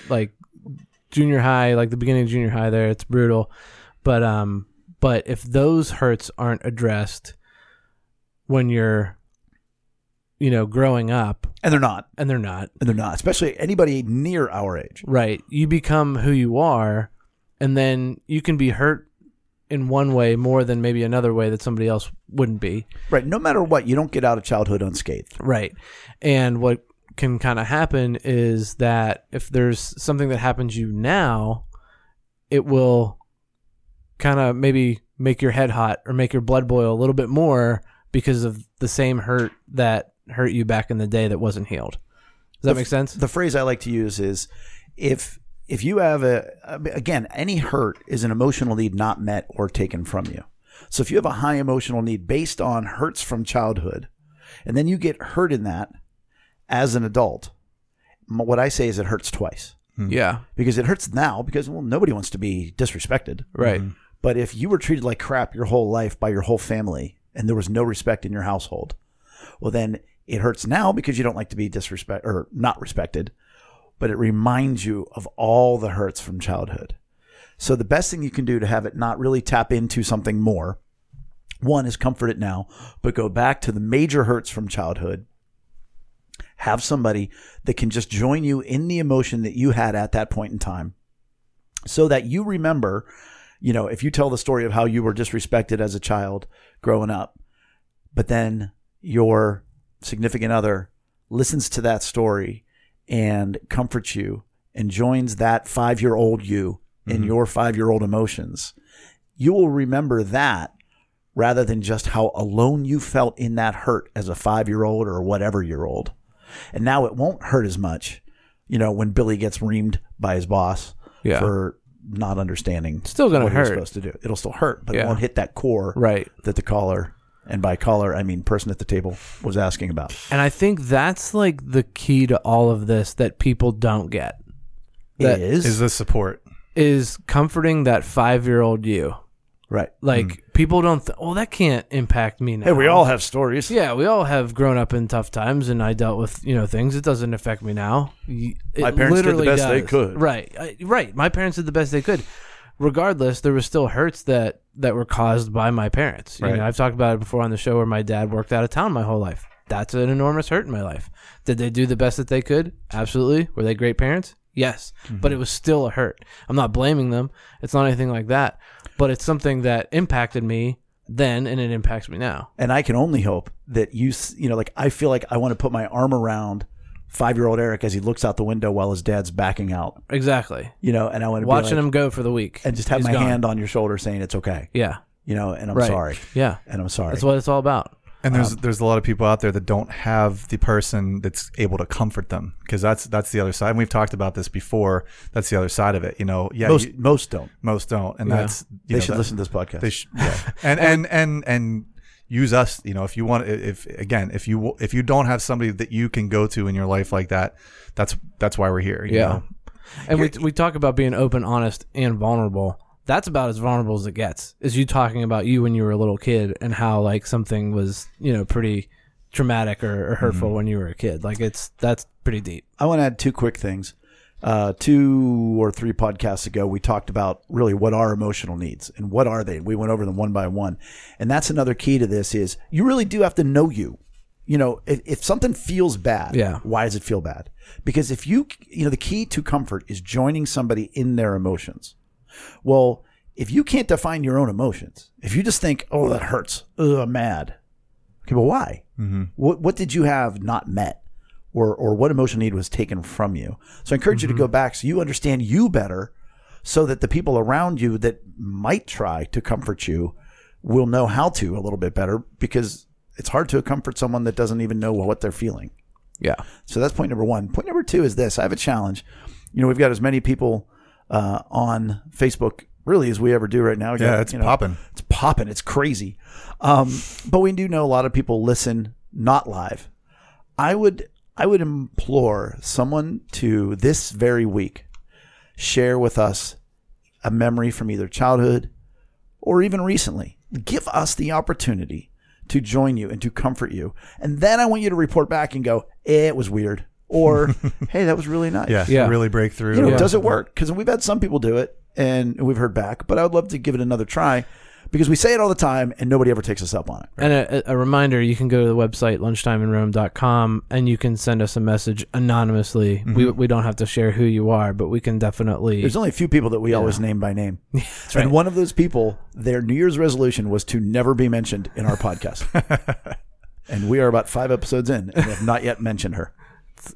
Speaker 3: like junior high, like the beginning of junior high. There, it's brutal. But um, but if those hurts aren't addressed when you're, you know, growing up,
Speaker 2: And they're not.
Speaker 3: and they're not,
Speaker 2: And they're not, especially anybody near our age.
Speaker 3: Right. You become who you are, and then you can be hurt in one way more than maybe another way that somebody else wouldn't be.
Speaker 2: Right. No matter what, you don't get out of childhood unscathed.
Speaker 3: Right. And what can kind of happen is that if there's something that happens you now, it will kind of maybe make your head hot or make your blood boil a little bit more because of the same hurt that hurt you back in the day that wasn't healed. Does that
Speaker 2: The-
Speaker 3: make sense?
Speaker 2: The phrase I like to use is if if you have a again, any hurt is an emotional need not met or taken from you. So if you have a high emotional need based on hurts from childhood and then you get hurt in that as an adult, m- what I say is it hurts twice.
Speaker 3: Yeah.
Speaker 2: Because it hurts now because well nobody wants to be disrespected.
Speaker 3: Right.
Speaker 2: But if you were treated like crap your whole life by your whole family and there was no respect in your household, well, then it hurts now because you don't like to be disrespect or not respected, but it reminds you of all the hurts from childhood. So the best thing you can do to have it not really tap into something more, one is comfort it now, but go back to the major hurts from childhood. Have somebody that can just join you in the emotion that you had at that point in time so that you remember you know, if you tell the story of how you were disrespected as a child growing up, but then your significant other listens to that story and comforts you and joins that five year old you in your five year old emotions, you will remember that rather than just how alone you felt in that hurt as a five year old or whatever year old. And now it won't hurt as much, you know, when Billy gets reamed by his boss
Speaker 3: Yeah.
Speaker 2: for not understanding
Speaker 3: Still gonna
Speaker 2: what he was
Speaker 3: hurt.
Speaker 2: supposed to do. It'll still hurt, but
Speaker 3: Yeah.
Speaker 2: it won't hit that core
Speaker 3: Right.
Speaker 2: that the caller, and by caller I mean person at the table, was asking about.
Speaker 3: And I think that's like the key to all of this that people don't get That
Speaker 2: is,
Speaker 1: Is this support?
Speaker 3: is comforting that five year old you.
Speaker 2: right.
Speaker 3: Like people don't. Th- well, that can't impact me now.
Speaker 2: Hmm. Hey, we all have stories.
Speaker 3: Yeah, we all have grown up in tough times, and I dealt with you know things. It doesn't affect me now. Y-
Speaker 2: My
Speaker 3: it
Speaker 2: parents did the
Speaker 3: literally
Speaker 2: best they
Speaker 3: does.
Speaker 2: could.
Speaker 3: Right, I, right. My parents did the best they could. Regardless, there was still hurts that that were caused by my parents. You
Speaker 1: Right.
Speaker 3: know, I've talked about it before on the show where my dad worked out of town my whole life. That's an enormous hurt in my life. Did they do the best that they could? Absolutely. Were they great parents? Yes,
Speaker 2: Mm-hmm.
Speaker 3: but it was still a hurt. I'm not blaming them. It's not anything like that. But it's something that impacted me then, and it impacts me now.
Speaker 2: And I can only hope that you, s- you know, like I feel like I want to put my arm around five year old Eric as he looks out the window while his dad's backing out,
Speaker 3: Exactly.
Speaker 2: you know, and I want to
Speaker 3: watching
Speaker 2: be like,
Speaker 3: him go for the week
Speaker 2: and just have
Speaker 3: He's
Speaker 2: my
Speaker 3: gone.
Speaker 2: hand on your shoulder saying it's okay,
Speaker 3: Yeah,
Speaker 2: you know, and I'm
Speaker 3: Right.
Speaker 2: sorry,
Speaker 3: yeah.
Speaker 2: and I'm sorry.
Speaker 3: That's what it's all about.
Speaker 1: And
Speaker 2: Um,
Speaker 1: there's there's a lot of people out there that don't have the person that's able to comfort them because that's that's the other side. And we've talked about this before. That's the other side of it. You know, yeah,
Speaker 2: most
Speaker 1: you-
Speaker 2: most don't.
Speaker 1: most don't, and
Speaker 3: Yeah.
Speaker 1: that's you
Speaker 2: They
Speaker 1: know,
Speaker 2: should
Speaker 1: that-
Speaker 2: listen to this podcast.
Speaker 1: They should, yeah. and and and and use us. You know, if you want, if again, if you if you don't have somebody that you can go to in your life like that, that's that's why we're here. you
Speaker 3: Yeah.
Speaker 1: know?
Speaker 3: And we we talk about being open, honest, and vulnerable. That's about as vulnerable as it gets. Is you talking about you when you were a little kid and how like something was you know pretty traumatic or, or hurtful
Speaker 2: Mm-hmm.
Speaker 3: when you were a kid. Like it's that's pretty deep.
Speaker 2: I want to add two quick things. Uh, two or three podcasts ago, we talked about really what are emotional needs and what are they. We went over them one by one, and that's another key to this: is you really do have to know you. You know, if, if something feels bad,
Speaker 3: Yeah.
Speaker 2: why does it feel bad? Because if you, you know, the key to comfort is joining somebody in their emotions. Well, if you can't define your own emotions, if you just think, "Oh, that hurts," Ugh, I'm mad. Okay, but why? Mm-hmm. What What did you have not met, or or what emotional need was taken from you? So I encourage you to go back so you understand you better, so that the people around you that might try to comfort you will know how to a little bit better because it's hard to comfort someone that doesn't even know what they're feeling.
Speaker 3: Yeah.
Speaker 2: So that's point number one. Point number two is this: I have a challenge. You know, we've got as many people uh, on Facebook really as we ever do right now. We
Speaker 1: Yeah,
Speaker 2: got,
Speaker 1: it's
Speaker 2: you know,
Speaker 1: popping.
Speaker 2: It's popping. It's crazy. Um, but we do know a lot of people listen not live. I would I would implore someone to this very week share with us a memory from either childhood or even recently. Give us the opportunity to join you and to comfort you. And then I want you to report back and go, eh, it was weird. Or, hey, that was really nice.
Speaker 1: Yeah,
Speaker 3: Yeah.
Speaker 1: really break through.
Speaker 2: You know,
Speaker 3: Yeah.
Speaker 2: does it work? Because we've had some people do it and we've heard back, but I would love to give it another try because we say it all the time and nobody ever takes us up on it.
Speaker 3: And a, a reminder, you can go to the website lunchtimeinrome.com and you can send us a message anonymously. We, we don't have to share who you are, but we can definitely.
Speaker 2: Mm-hmm. There's only a few people that we always name by name. And one of those people, their New Year's resolution was to never be mentioned in our podcast. and we are about five episodes in and have not yet mentioned her,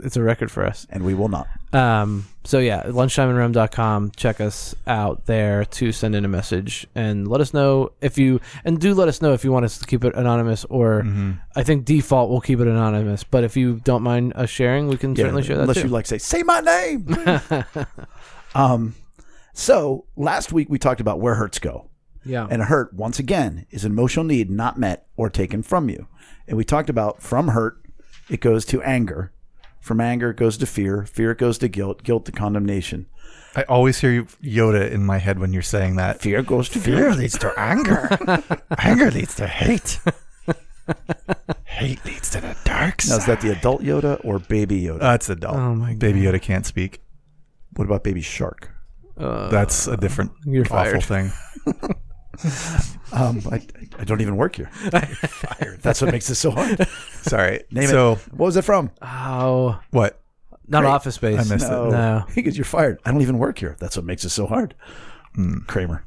Speaker 3: It's a record for us.
Speaker 2: and we will not.
Speaker 3: Um, so yeah, lunchtimeinrome.com. Check us out there to send in a message and let us know if you and do let us know if you want us to keep it anonymous or I think default we'll keep it anonymous. But if you don't mind us sharing, we can certainly share that
Speaker 2: unless
Speaker 3: too.
Speaker 2: you like say, say my name. um, so last week we talked about where hurts go.
Speaker 3: yeah,
Speaker 2: And hurt, once again, is an emotional need not met or taken from you. And we talked about from hurt, it goes to anger. From anger, it goes to fear. Fear, it goes to guilt. Guilt to condemnation.
Speaker 1: I always hear you, Yoda in my head when you're saying that.
Speaker 2: Fear goes to
Speaker 1: Fear leads to anger. anger leads to hate. hate leads to the dark
Speaker 2: Now, is that the adult Yoda or baby Yoda?
Speaker 1: That's adult.
Speaker 3: Oh my
Speaker 1: Baby Yoda can't speak.
Speaker 2: what about baby shark?
Speaker 1: That's a different
Speaker 3: Uh, you're
Speaker 1: awful
Speaker 3: fired.
Speaker 1: thing.
Speaker 2: Um, I, I don't even work here. fired. That's what makes this so hard.
Speaker 1: Sorry.
Speaker 2: Name
Speaker 1: so uh,
Speaker 2: it. What was it from?
Speaker 3: oh,
Speaker 1: what?
Speaker 3: not Office Space.
Speaker 1: I missed it.
Speaker 2: No.
Speaker 3: No.
Speaker 2: Because you're fired. I don't even work here. That's what makes it so hard.
Speaker 1: Hmm.
Speaker 2: Kramer.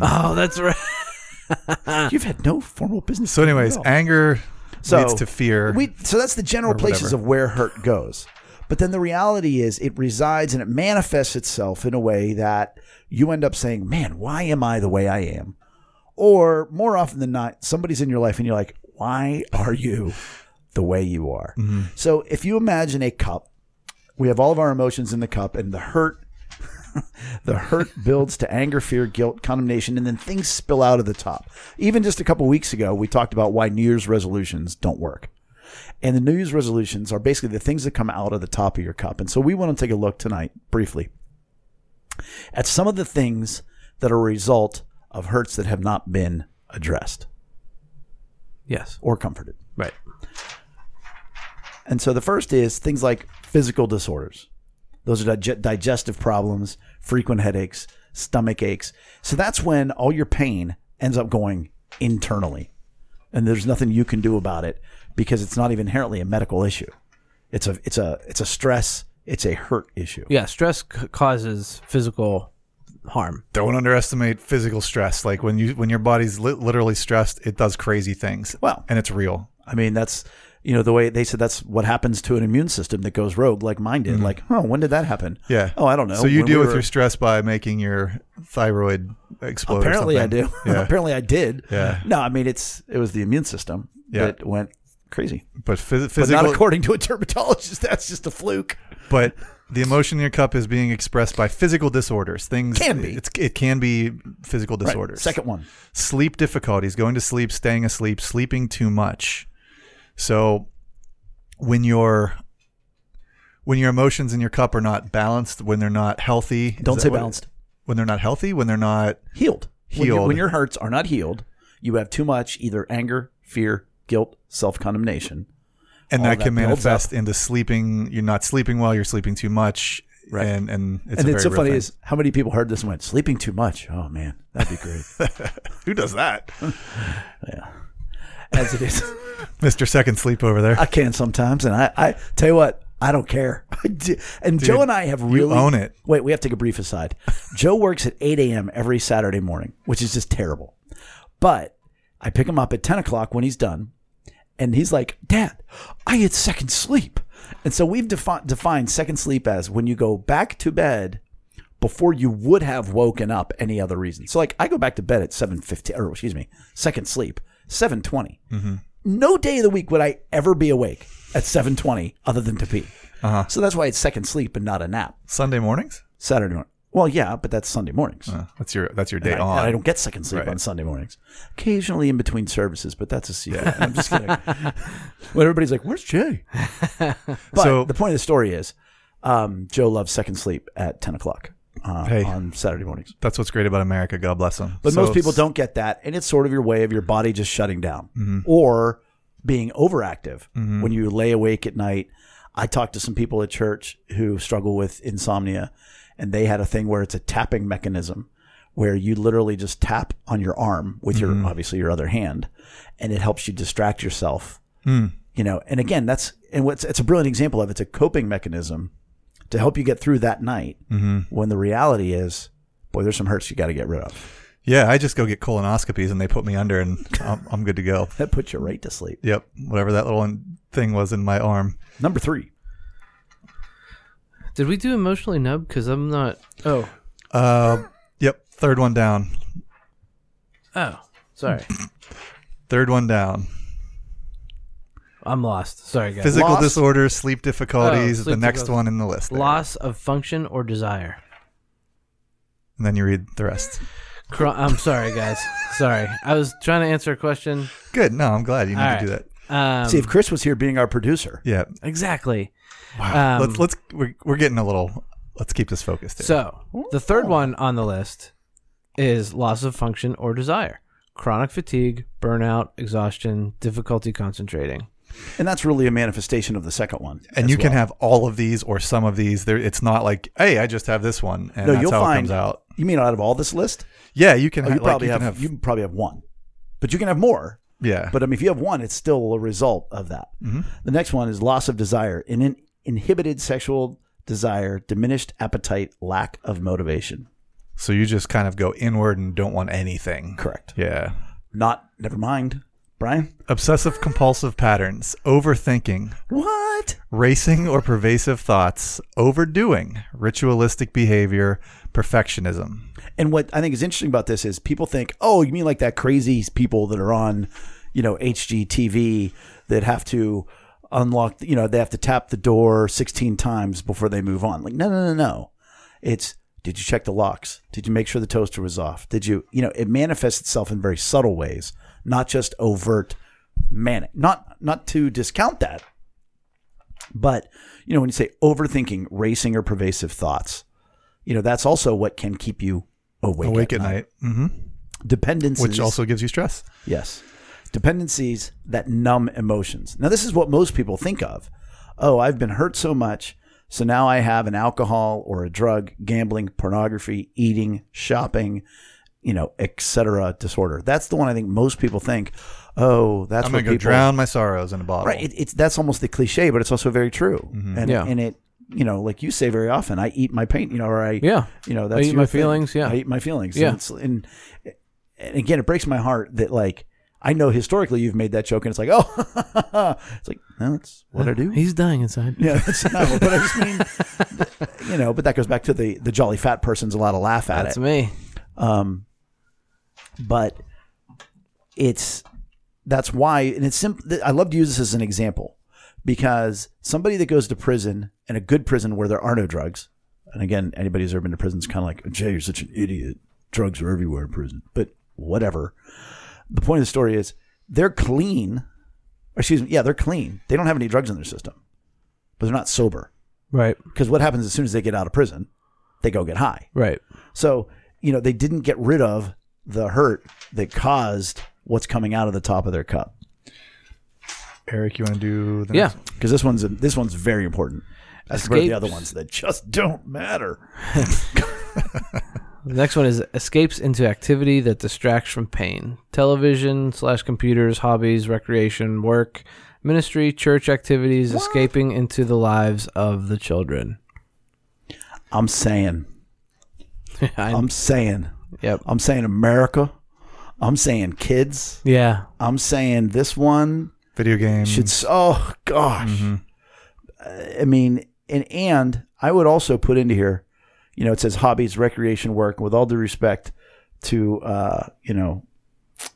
Speaker 3: Oh, that's right.
Speaker 2: You've had no formal business.
Speaker 1: So, anyways,
Speaker 2: training at all.
Speaker 1: anger
Speaker 2: So,
Speaker 1: leads to fear.
Speaker 2: We, so that's the general places of
Speaker 1: whatever.
Speaker 2: where hurt goes. But then the reality is it resides and it manifests itself in a way that you end up saying, man, why am I the way I am? Or more often than not, somebody's in your life and you're like, why are you the way you are? So if you imagine a cup, we have all of our emotions in the cup and the hurt. The hurt builds to anger, fear, guilt, condemnation, and then things spill out of the top. Even just a couple weeks ago, we talked about why New Year's resolutions don't work. And the New Year's resolutions are basically the things that come out of the top of your cup. And so we want to take a look tonight, briefly, at some of the things that are a result of hurts that have not been addressed
Speaker 3: Yes.
Speaker 2: or comforted.
Speaker 3: Right.
Speaker 2: And so the first is things like physical disorders. Those are dig- digestive problems, frequent headaches, stomach aches. So that's when all your pain ends up going internally. And there's nothing you can do about it because it's not even inherently a medical issue. It's a it's a it's a stress, it's a hurt issue.
Speaker 3: Yeah. Stress c- causes physical harm.
Speaker 1: Don't underestimate physical stress. Like when you when your body's li- literally stressed, it does crazy things.
Speaker 2: Well-
Speaker 1: and it's real.
Speaker 2: I mean, that's you know the way they said that's what happens to an immune system that goes rogue, like mine did. Like, oh, when did that happen?
Speaker 1: Mm-hmm. Yeah.
Speaker 2: Oh, I don't know.
Speaker 1: So you
Speaker 2: When
Speaker 1: deal
Speaker 2: we
Speaker 1: with
Speaker 2: were-
Speaker 1: your stress by making your thyroid explode. or
Speaker 2: Apparently, I do.
Speaker 1: something. Yeah.
Speaker 2: Apparently, I did.
Speaker 1: Yeah.
Speaker 2: No, I mean it's it was the immune system
Speaker 1: Yeah.
Speaker 2: that went crazy,
Speaker 1: but phys-
Speaker 2: but
Speaker 1: physical.
Speaker 2: not according to a dermatologist. That's just a fluke.
Speaker 1: but the emotion in your cup is being expressed by physical disorders. Things
Speaker 2: Can be.
Speaker 1: It's, it can be physical
Speaker 2: Right.
Speaker 1: disorders.
Speaker 2: Second one.
Speaker 1: sleep difficulties, going to sleep, staying asleep, sleeping too much. So when your when your emotions in your cup are not balanced, when they're not healthy, is
Speaker 2: Don't
Speaker 1: that
Speaker 2: say
Speaker 1: what-
Speaker 2: balanced.
Speaker 1: When they're not healthy, when they're not
Speaker 2: Healed. When, you-
Speaker 1: Healed.
Speaker 2: when your hurts are not healed, you have too much either anger, fear, guilt, self condemnation.
Speaker 1: and
Speaker 2: All
Speaker 1: that,
Speaker 2: that
Speaker 1: can
Speaker 2: builds
Speaker 1: manifest into sleeping. You're not sleeping well. You're sleeping too much.
Speaker 2: Right.
Speaker 1: And and it's
Speaker 2: And
Speaker 1: a
Speaker 2: it's so
Speaker 1: very real
Speaker 2: funny
Speaker 1: thing.
Speaker 2: is how many people heard this and went sleeping too much. Oh man, that'd be great.
Speaker 1: who does that,
Speaker 2: As it is.
Speaker 1: Mister Second Sleep over there.
Speaker 2: I can sometimes, and I, I tell you what, I don't care. I do- and Joe and I have really
Speaker 1: own it.
Speaker 2: Wait, we have to take a brief aside. Joe works at eight a.m. every Saturday morning, which is just terrible. But I pick him up at ten o'clock when he's done, and he's like, "Dad, I had second sleep." And so we've defi- defined second sleep as when you go back to bed before you would have woken up any other reason. So like I go back to bed at 7:15 or excuse me, second sleep, 7:20.
Speaker 1: Mm-hmm.
Speaker 2: No day of the week would I ever be awake at
Speaker 1: Uh-huh.
Speaker 2: 7:20 other than to pee. So that's why it's second sleep and not a nap.
Speaker 1: Sunday mornings.
Speaker 2: Saturday morning. Well, yeah, but that's Sunday mornings.
Speaker 1: Uh, that's your that's your day
Speaker 2: I,
Speaker 1: on.
Speaker 2: I don't get second sleep
Speaker 1: Right.
Speaker 2: on Sunday mornings. Occasionally in between services, but that's a secret. I'm just kidding. when everybody's like, "Where's Jay?" but
Speaker 1: So-
Speaker 2: the point of the story is, um, Joe loves second sleep at 10 o'clock uh,
Speaker 1: Hey.
Speaker 2: on Saturday mornings.
Speaker 1: That's what's great about America. God bless them.
Speaker 2: But most people don't get that, and it's sort of your way of your body just shutting down or being overactive when you lay awake at night. I talked to some people at church who struggle with insomnia, and they had a thing where it's a tapping mechanism where you literally just tap on your arm with your obviously your other hand, and it helps you distract yourself. You know, and again, that's and what's it's a brilliant example of it's a coping mechanism to help you get through that night when the reality is, boy, there's some hurts you got to get rid of.
Speaker 1: Yeah, I just go get colonoscopies and they put me under and I'm, I'm good to go.
Speaker 2: That puts you right to sleep.
Speaker 1: Yep, whatever that little in- thing was in my arm.
Speaker 2: Number three.
Speaker 3: Did we do emotionally nub? Because I'm not. Oh,
Speaker 1: Uh, yep, third one down.
Speaker 3: oh, sorry,
Speaker 1: Third one down.
Speaker 3: I'm lost. Sorry, guys.
Speaker 1: Physical
Speaker 2: Lost.
Speaker 1: disorders, sleep difficulties,
Speaker 3: Oh, sleep
Speaker 1: the next
Speaker 3: difficulties.
Speaker 1: one in the list. there.
Speaker 3: Loss of function or desire.
Speaker 1: And then you read the rest.
Speaker 3: Cro- I'm sorry, guys. sorry, I was trying to answer a question.
Speaker 1: Good. No, I'm glad you need
Speaker 3: All
Speaker 1: to
Speaker 3: right.
Speaker 1: do that.
Speaker 3: Um,
Speaker 2: See, if Chris was here being our producer,
Speaker 1: Yeah.
Speaker 3: exactly.
Speaker 1: Wow.
Speaker 3: Um,
Speaker 1: let's let's we're, we're getting a little. Let's keep this focused. Here.
Speaker 3: So the third one on the list is loss of function or desire. Chronic fatigue, burnout, exhaustion, difficulty concentrating.
Speaker 2: and that's really a manifestation of the second one.
Speaker 1: and
Speaker 2: as
Speaker 1: you can
Speaker 2: well.
Speaker 1: have all of these or some of these. There, it's not like, hey, I just have this one, and
Speaker 2: No,
Speaker 1: that's
Speaker 2: you'll
Speaker 1: how it
Speaker 2: find-
Speaker 1: comes out.
Speaker 2: You mean out of all this list?
Speaker 1: Yeah, you can.
Speaker 2: Oh,
Speaker 1: ha-
Speaker 2: you
Speaker 1: like,
Speaker 2: probably
Speaker 1: you
Speaker 2: have,
Speaker 1: can have.
Speaker 2: You probably have one, but you can have more.
Speaker 1: yeah,
Speaker 2: But I mean, if you have one, it's still a result of that.
Speaker 1: Mm-hmm.
Speaker 2: The next one is loss of desire, in an inhibited sexual desire, diminished appetite, lack of motivation.
Speaker 1: so you just kind of go inward and don't want anything.
Speaker 2: Correct.
Speaker 1: Yeah.
Speaker 2: Not. Never mind, Brian.
Speaker 1: Obsessive compulsive patterns, overthinking,
Speaker 2: What?
Speaker 1: racing or pervasive thoughts, overdoing, ritualistic behavior, perfectionism.
Speaker 2: And what I think is interesting about this is people think, oh, you mean like that crazy people that are on, you know, HGTV that have to unlock, you know, they have to tap the door 16 times before they move on. Like, no, no, no, no. It's, did you check the locks? Did you make sure the toaster was off? Did you, you know, it manifests itself in very subtle ways, not just overt manic. Not, not to discount that, but, you know, when you say overthinking, racing, or pervasive thoughts, you know, that's also what can keep you awake.
Speaker 1: Awake at night, hmm
Speaker 2: Dependencies.
Speaker 1: which also gives you stress.
Speaker 2: Yes. Dependencies that numb emotions. Now, this is what most people think of. Oh, I've been hurt so much. So now I have an alcohol or a drug, gambling, pornography, eating, shopping, you know, etc. disorder. That's the one I think most people think, oh, that's
Speaker 1: I'm
Speaker 2: what
Speaker 1: gonna go
Speaker 2: people
Speaker 1: drown my sorrows in a bottle.
Speaker 2: Right. It, it's that's almost the cliche, but it's also very true. And
Speaker 3: Mm-hmm. Yeah.
Speaker 2: and it you know, like you say very often, I eat my pain, you know, or I
Speaker 3: Yeah.
Speaker 2: you know, that's
Speaker 3: eat
Speaker 2: your
Speaker 3: my
Speaker 2: thing.
Speaker 3: feelings, yeah.
Speaker 2: I eat my feelings.
Speaker 3: Yeah.
Speaker 2: And, it's, and and again, it breaks my heart that like I know historically you've made that joke, and it's like, oh, it's like no, that's what I do.
Speaker 3: He's dying inside.
Speaker 2: Yeah, that's no, but I just mean, you know, but that goes back to the the jolly fat person's allowed to laugh at
Speaker 3: That's
Speaker 2: it.
Speaker 3: me.
Speaker 2: Um, but it's that's why, and it's simple. I love to use this as an example because somebody that goes to prison and a good prison where there are no drugs, and again, anybody who's ever been to prison is kind of like, "Oh, Jay, you're such an idiot. Drugs are everywhere in prison, but whatever. The point of the story is they're clean. Or excuse me, yeah, they're clean. They don't have any drugs in their system, but they're not sober.
Speaker 3: Right.
Speaker 2: Because what happens as soon as they get out of prison, they go get high.
Speaker 3: Right.
Speaker 2: So, you know, they didn't get rid of the hurt that caused what's coming out of the top of their cup.
Speaker 1: Eric, you want to do? The
Speaker 3: Yeah.
Speaker 1: next one?
Speaker 2: Because this one's this one's very important. As compared to the
Speaker 3: Escapes.
Speaker 2: other ones that just don't matter.
Speaker 3: The next one is escapes into activity that distracts from pain. Television slash computers, hobbies, recreation, work, ministry, church activities, escaping into the lives of the children.
Speaker 2: I'm saying,
Speaker 3: I-
Speaker 2: I'm saying,
Speaker 3: yep.
Speaker 2: I'm saying America. I'm saying kids.
Speaker 3: Yeah.
Speaker 2: I'm saying this one
Speaker 1: Video games.
Speaker 2: should s- oh gosh Uh, i mean and and i would also put into here you know it says hobbies recreation work with all due respect to uh you know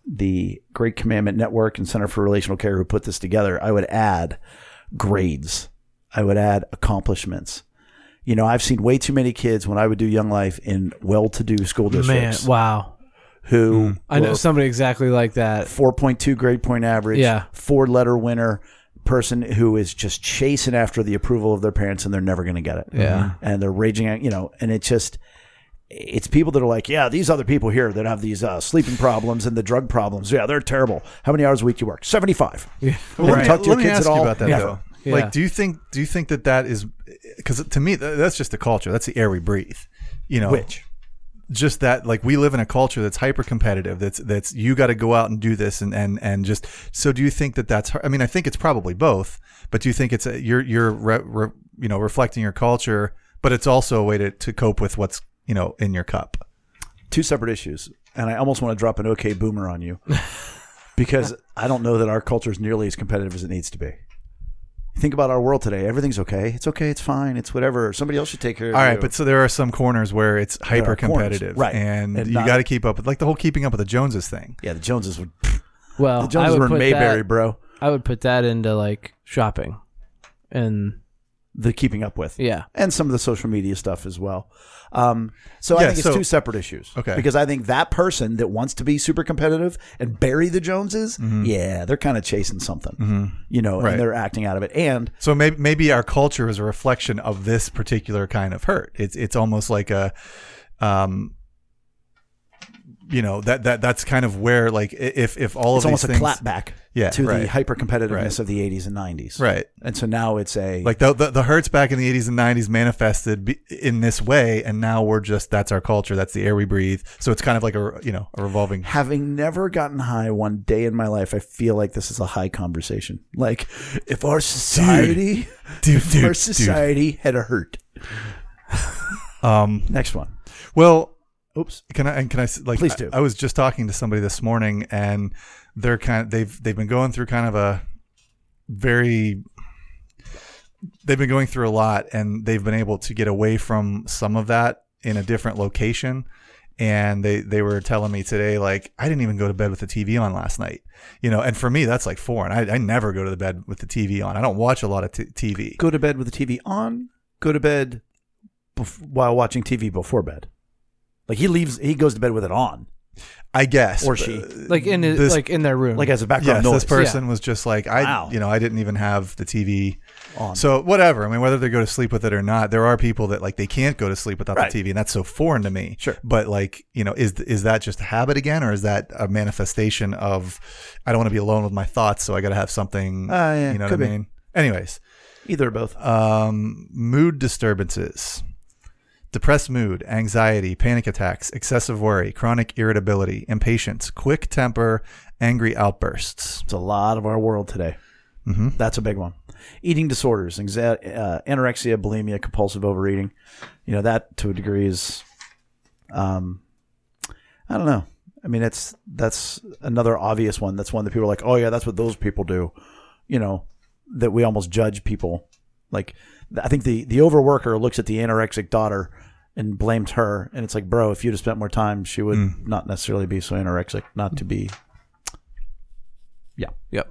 Speaker 2: the great commandment network and center for relational care who put this together i would add grades i would add accomplishments You know, I've seen way too many kids when I would do Young Life in well-to-do school
Speaker 3: Man,
Speaker 2: districts
Speaker 3: wow.
Speaker 2: who
Speaker 3: I know
Speaker 2: were
Speaker 3: somebody exactly like that.
Speaker 2: 4.2 grade point average,
Speaker 3: Yeah.
Speaker 2: four-letter winner person who is just chasing after the approval of their parents and they're never going to get it. Mm-hmm.
Speaker 3: Yeah.
Speaker 2: and they're raging out, you know, and it's just it's people that are like, yeah, these other people here that have these uh, sleeping problems and the drug problems, yeah, they're terrible. How many hours a week you work? Seventy five.
Speaker 3: Yeah.
Speaker 2: Well,
Speaker 1: Let me-
Speaker 2: talk to your
Speaker 1: let me
Speaker 2: kids
Speaker 1: ask
Speaker 2: at all.
Speaker 1: you about that
Speaker 2: Yeah.
Speaker 1: though.
Speaker 3: Yeah.
Speaker 1: Like, do you think do you think that that is because to me th- that's just the culture. That's the air we breathe. You know,
Speaker 2: Which
Speaker 1: just that like we live in a culture that's hyper competitive. That's that's you got to go out and do this and and and just. So do you think that that's? I mean, I think it's probably both. But do you think it's a, you're you're re, re, you know reflecting your culture, but it's also a way to to cope with what's you know in your cup.
Speaker 2: two separate issues, and I almost want to drop an okay boomer on you because I don't know that our culture is nearly as competitive as it needs to be. Think about our world today. Everything's okay. It's okay. It's fine. It's whatever. Somebody else should take care of
Speaker 1: All
Speaker 2: you.
Speaker 1: right, but so there are some corners where it's
Speaker 2: are
Speaker 1: hyper
Speaker 2: corners,
Speaker 1: competitive,
Speaker 2: right.
Speaker 1: And,
Speaker 2: And
Speaker 1: you
Speaker 2: not-
Speaker 1: got to keep up with like the whole keeping up with the Joneses thing.
Speaker 2: yeah, the Joneses were
Speaker 1: Oh,
Speaker 3: Well,
Speaker 2: the
Speaker 3: I
Speaker 2: Joneses
Speaker 3: would
Speaker 2: were in
Speaker 3: put
Speaker 2: Mayberry,
Speaker 3: That,
Speaker 2: bro.
Speaker 3: I would put that into like shopping, and
Speaker 2: The keeping up with.
Speaker 3: yeah,
Speaker 2: and some of the social media stuff as well. Um, so I
Speaker 1: Yeah,
Speaker 2: think it's
Speaker 1: so-
Speaker 2: two separate issues.
Speaker 1: Okay.
Speaker 2: Because I think that person that wants to be super competitive and bury the Joneses, yeah, they're kind of chasing something, you know,
Speaker 1: Mm-hmm. Right.
Speaker 2: and they're acting out of it. And
Speaker 1: So maybe maybe our culture is a reflection of this particular kind of hurt. It's it's almost like a, um, you know that that that's kind of where like i- if if all
Speaker 2: it's
Speaker 1: of these
Speaker 2: almost a
Speaker 1: things,
Speaker 2: clapback
Speaker 1: Yeah,
Speaker 2: to the
Speaker 1: right.
Speaker 2: hyper competitiveness
Speaker 1: Right.
Speaker 2: of the 80s and 90s.
Speaker 1: right?
Speaker 2: And so now it's a
Speaker 1: Like the, the the hurts back in the eighties and nineties manifested be- in this way, and now we're just that's our culture. That's the air we breathe. So it's kind of like a you know a revolving.
Speaker 2: having never gotten high one day in my life, I feel like this is a high conversation. Like if our society,
Speaker 1: Dude,
Speaker 2: if
Speaker 1: dude,
Speaker 2: our
Speaker 1: dude.
Speaker 2: society had a hurt.
Speaker 1: Um.
Speaker 2: Next one.
Speaker 1: Well,
Speaker 2: Oops.
Speaker 1: Can I and can I s- like?
Speaker 2: Please
Speaker 1: I-
Speaker 2: do.
Speaker 1: I, was just talking to somebody this morning, and they're kind. Of, they've they've been going through kind of a very. They've been going through a lot, and they've been able to get away from some of that in a different location. And they they were telling me today, like I didn't even go to bed with the TV on last night, you know. And for me, that's like foreign. I, I never go to the bed with the TV on. I don't watch a lot of t- TV.
Speaker 2: go to bed with the TV on, go to bed bef- while watching TV before bed. Like he leaves, he goes to bed with it on,
Speaker 1: I guess uh,
Speaker 2: Or she.
Speaker 3: like in his,
Speaker 1: this
Speaker 3: like in their room,
Speaker 2: like as a
Speaker 1: yes,
Speaker 2: background
Speaker 1: this
Speaker 2: noise.
Speaker 1: person was just like I,
Speaker 2: Wow.
Speaker 1: you know, I didn't even have the TV
Speaker 2: on.
Speaker 1: So whatever. I mean, whether they go to sleep with it or not, there are people that like they can't go to sleep without
Speaker 2: Right.
Speaker 1: the TV, and that's so foreign to me.
Speaker 2: Sure.
Speaker 1: But like, you know, is is that just a habit again, or is that a manifestation of I don't want to be alone with my thoughts, so I got to have something.
Speaker 2: Ah, yeah,
Speaker 1: you know
Speaker 2: could
Speaker 1: what
Speaker 2: be.
Speaker 1: I mean? Anyways,
Speaker 2: Either or both.
Speaker 1: um, mood disturbances. Depressed mood, anxiety, panic attacks, excessive worry, chronic irritability, impatience, quick temper, angry outbursts.
Speaker 2: It's a lot of our world today.
Speaker 1: Mhm.
Speaker 2: That's a big one. Eating disorders, exa- uh, anorexia, bulimia, compulsive overeating. You know that to a degree is, um, I don't know. I mean, it's that's another obvious one. That's one that people are like, oh yeah, that's what those people do. You know, that we almost judge people. Like, th- I think the the overworker looks at the anorexic daughter and blames her, and it's like, bro, if you'd have spent more time, she would not necessarily be so anorexic. Not to be
Speaker 3: Yep.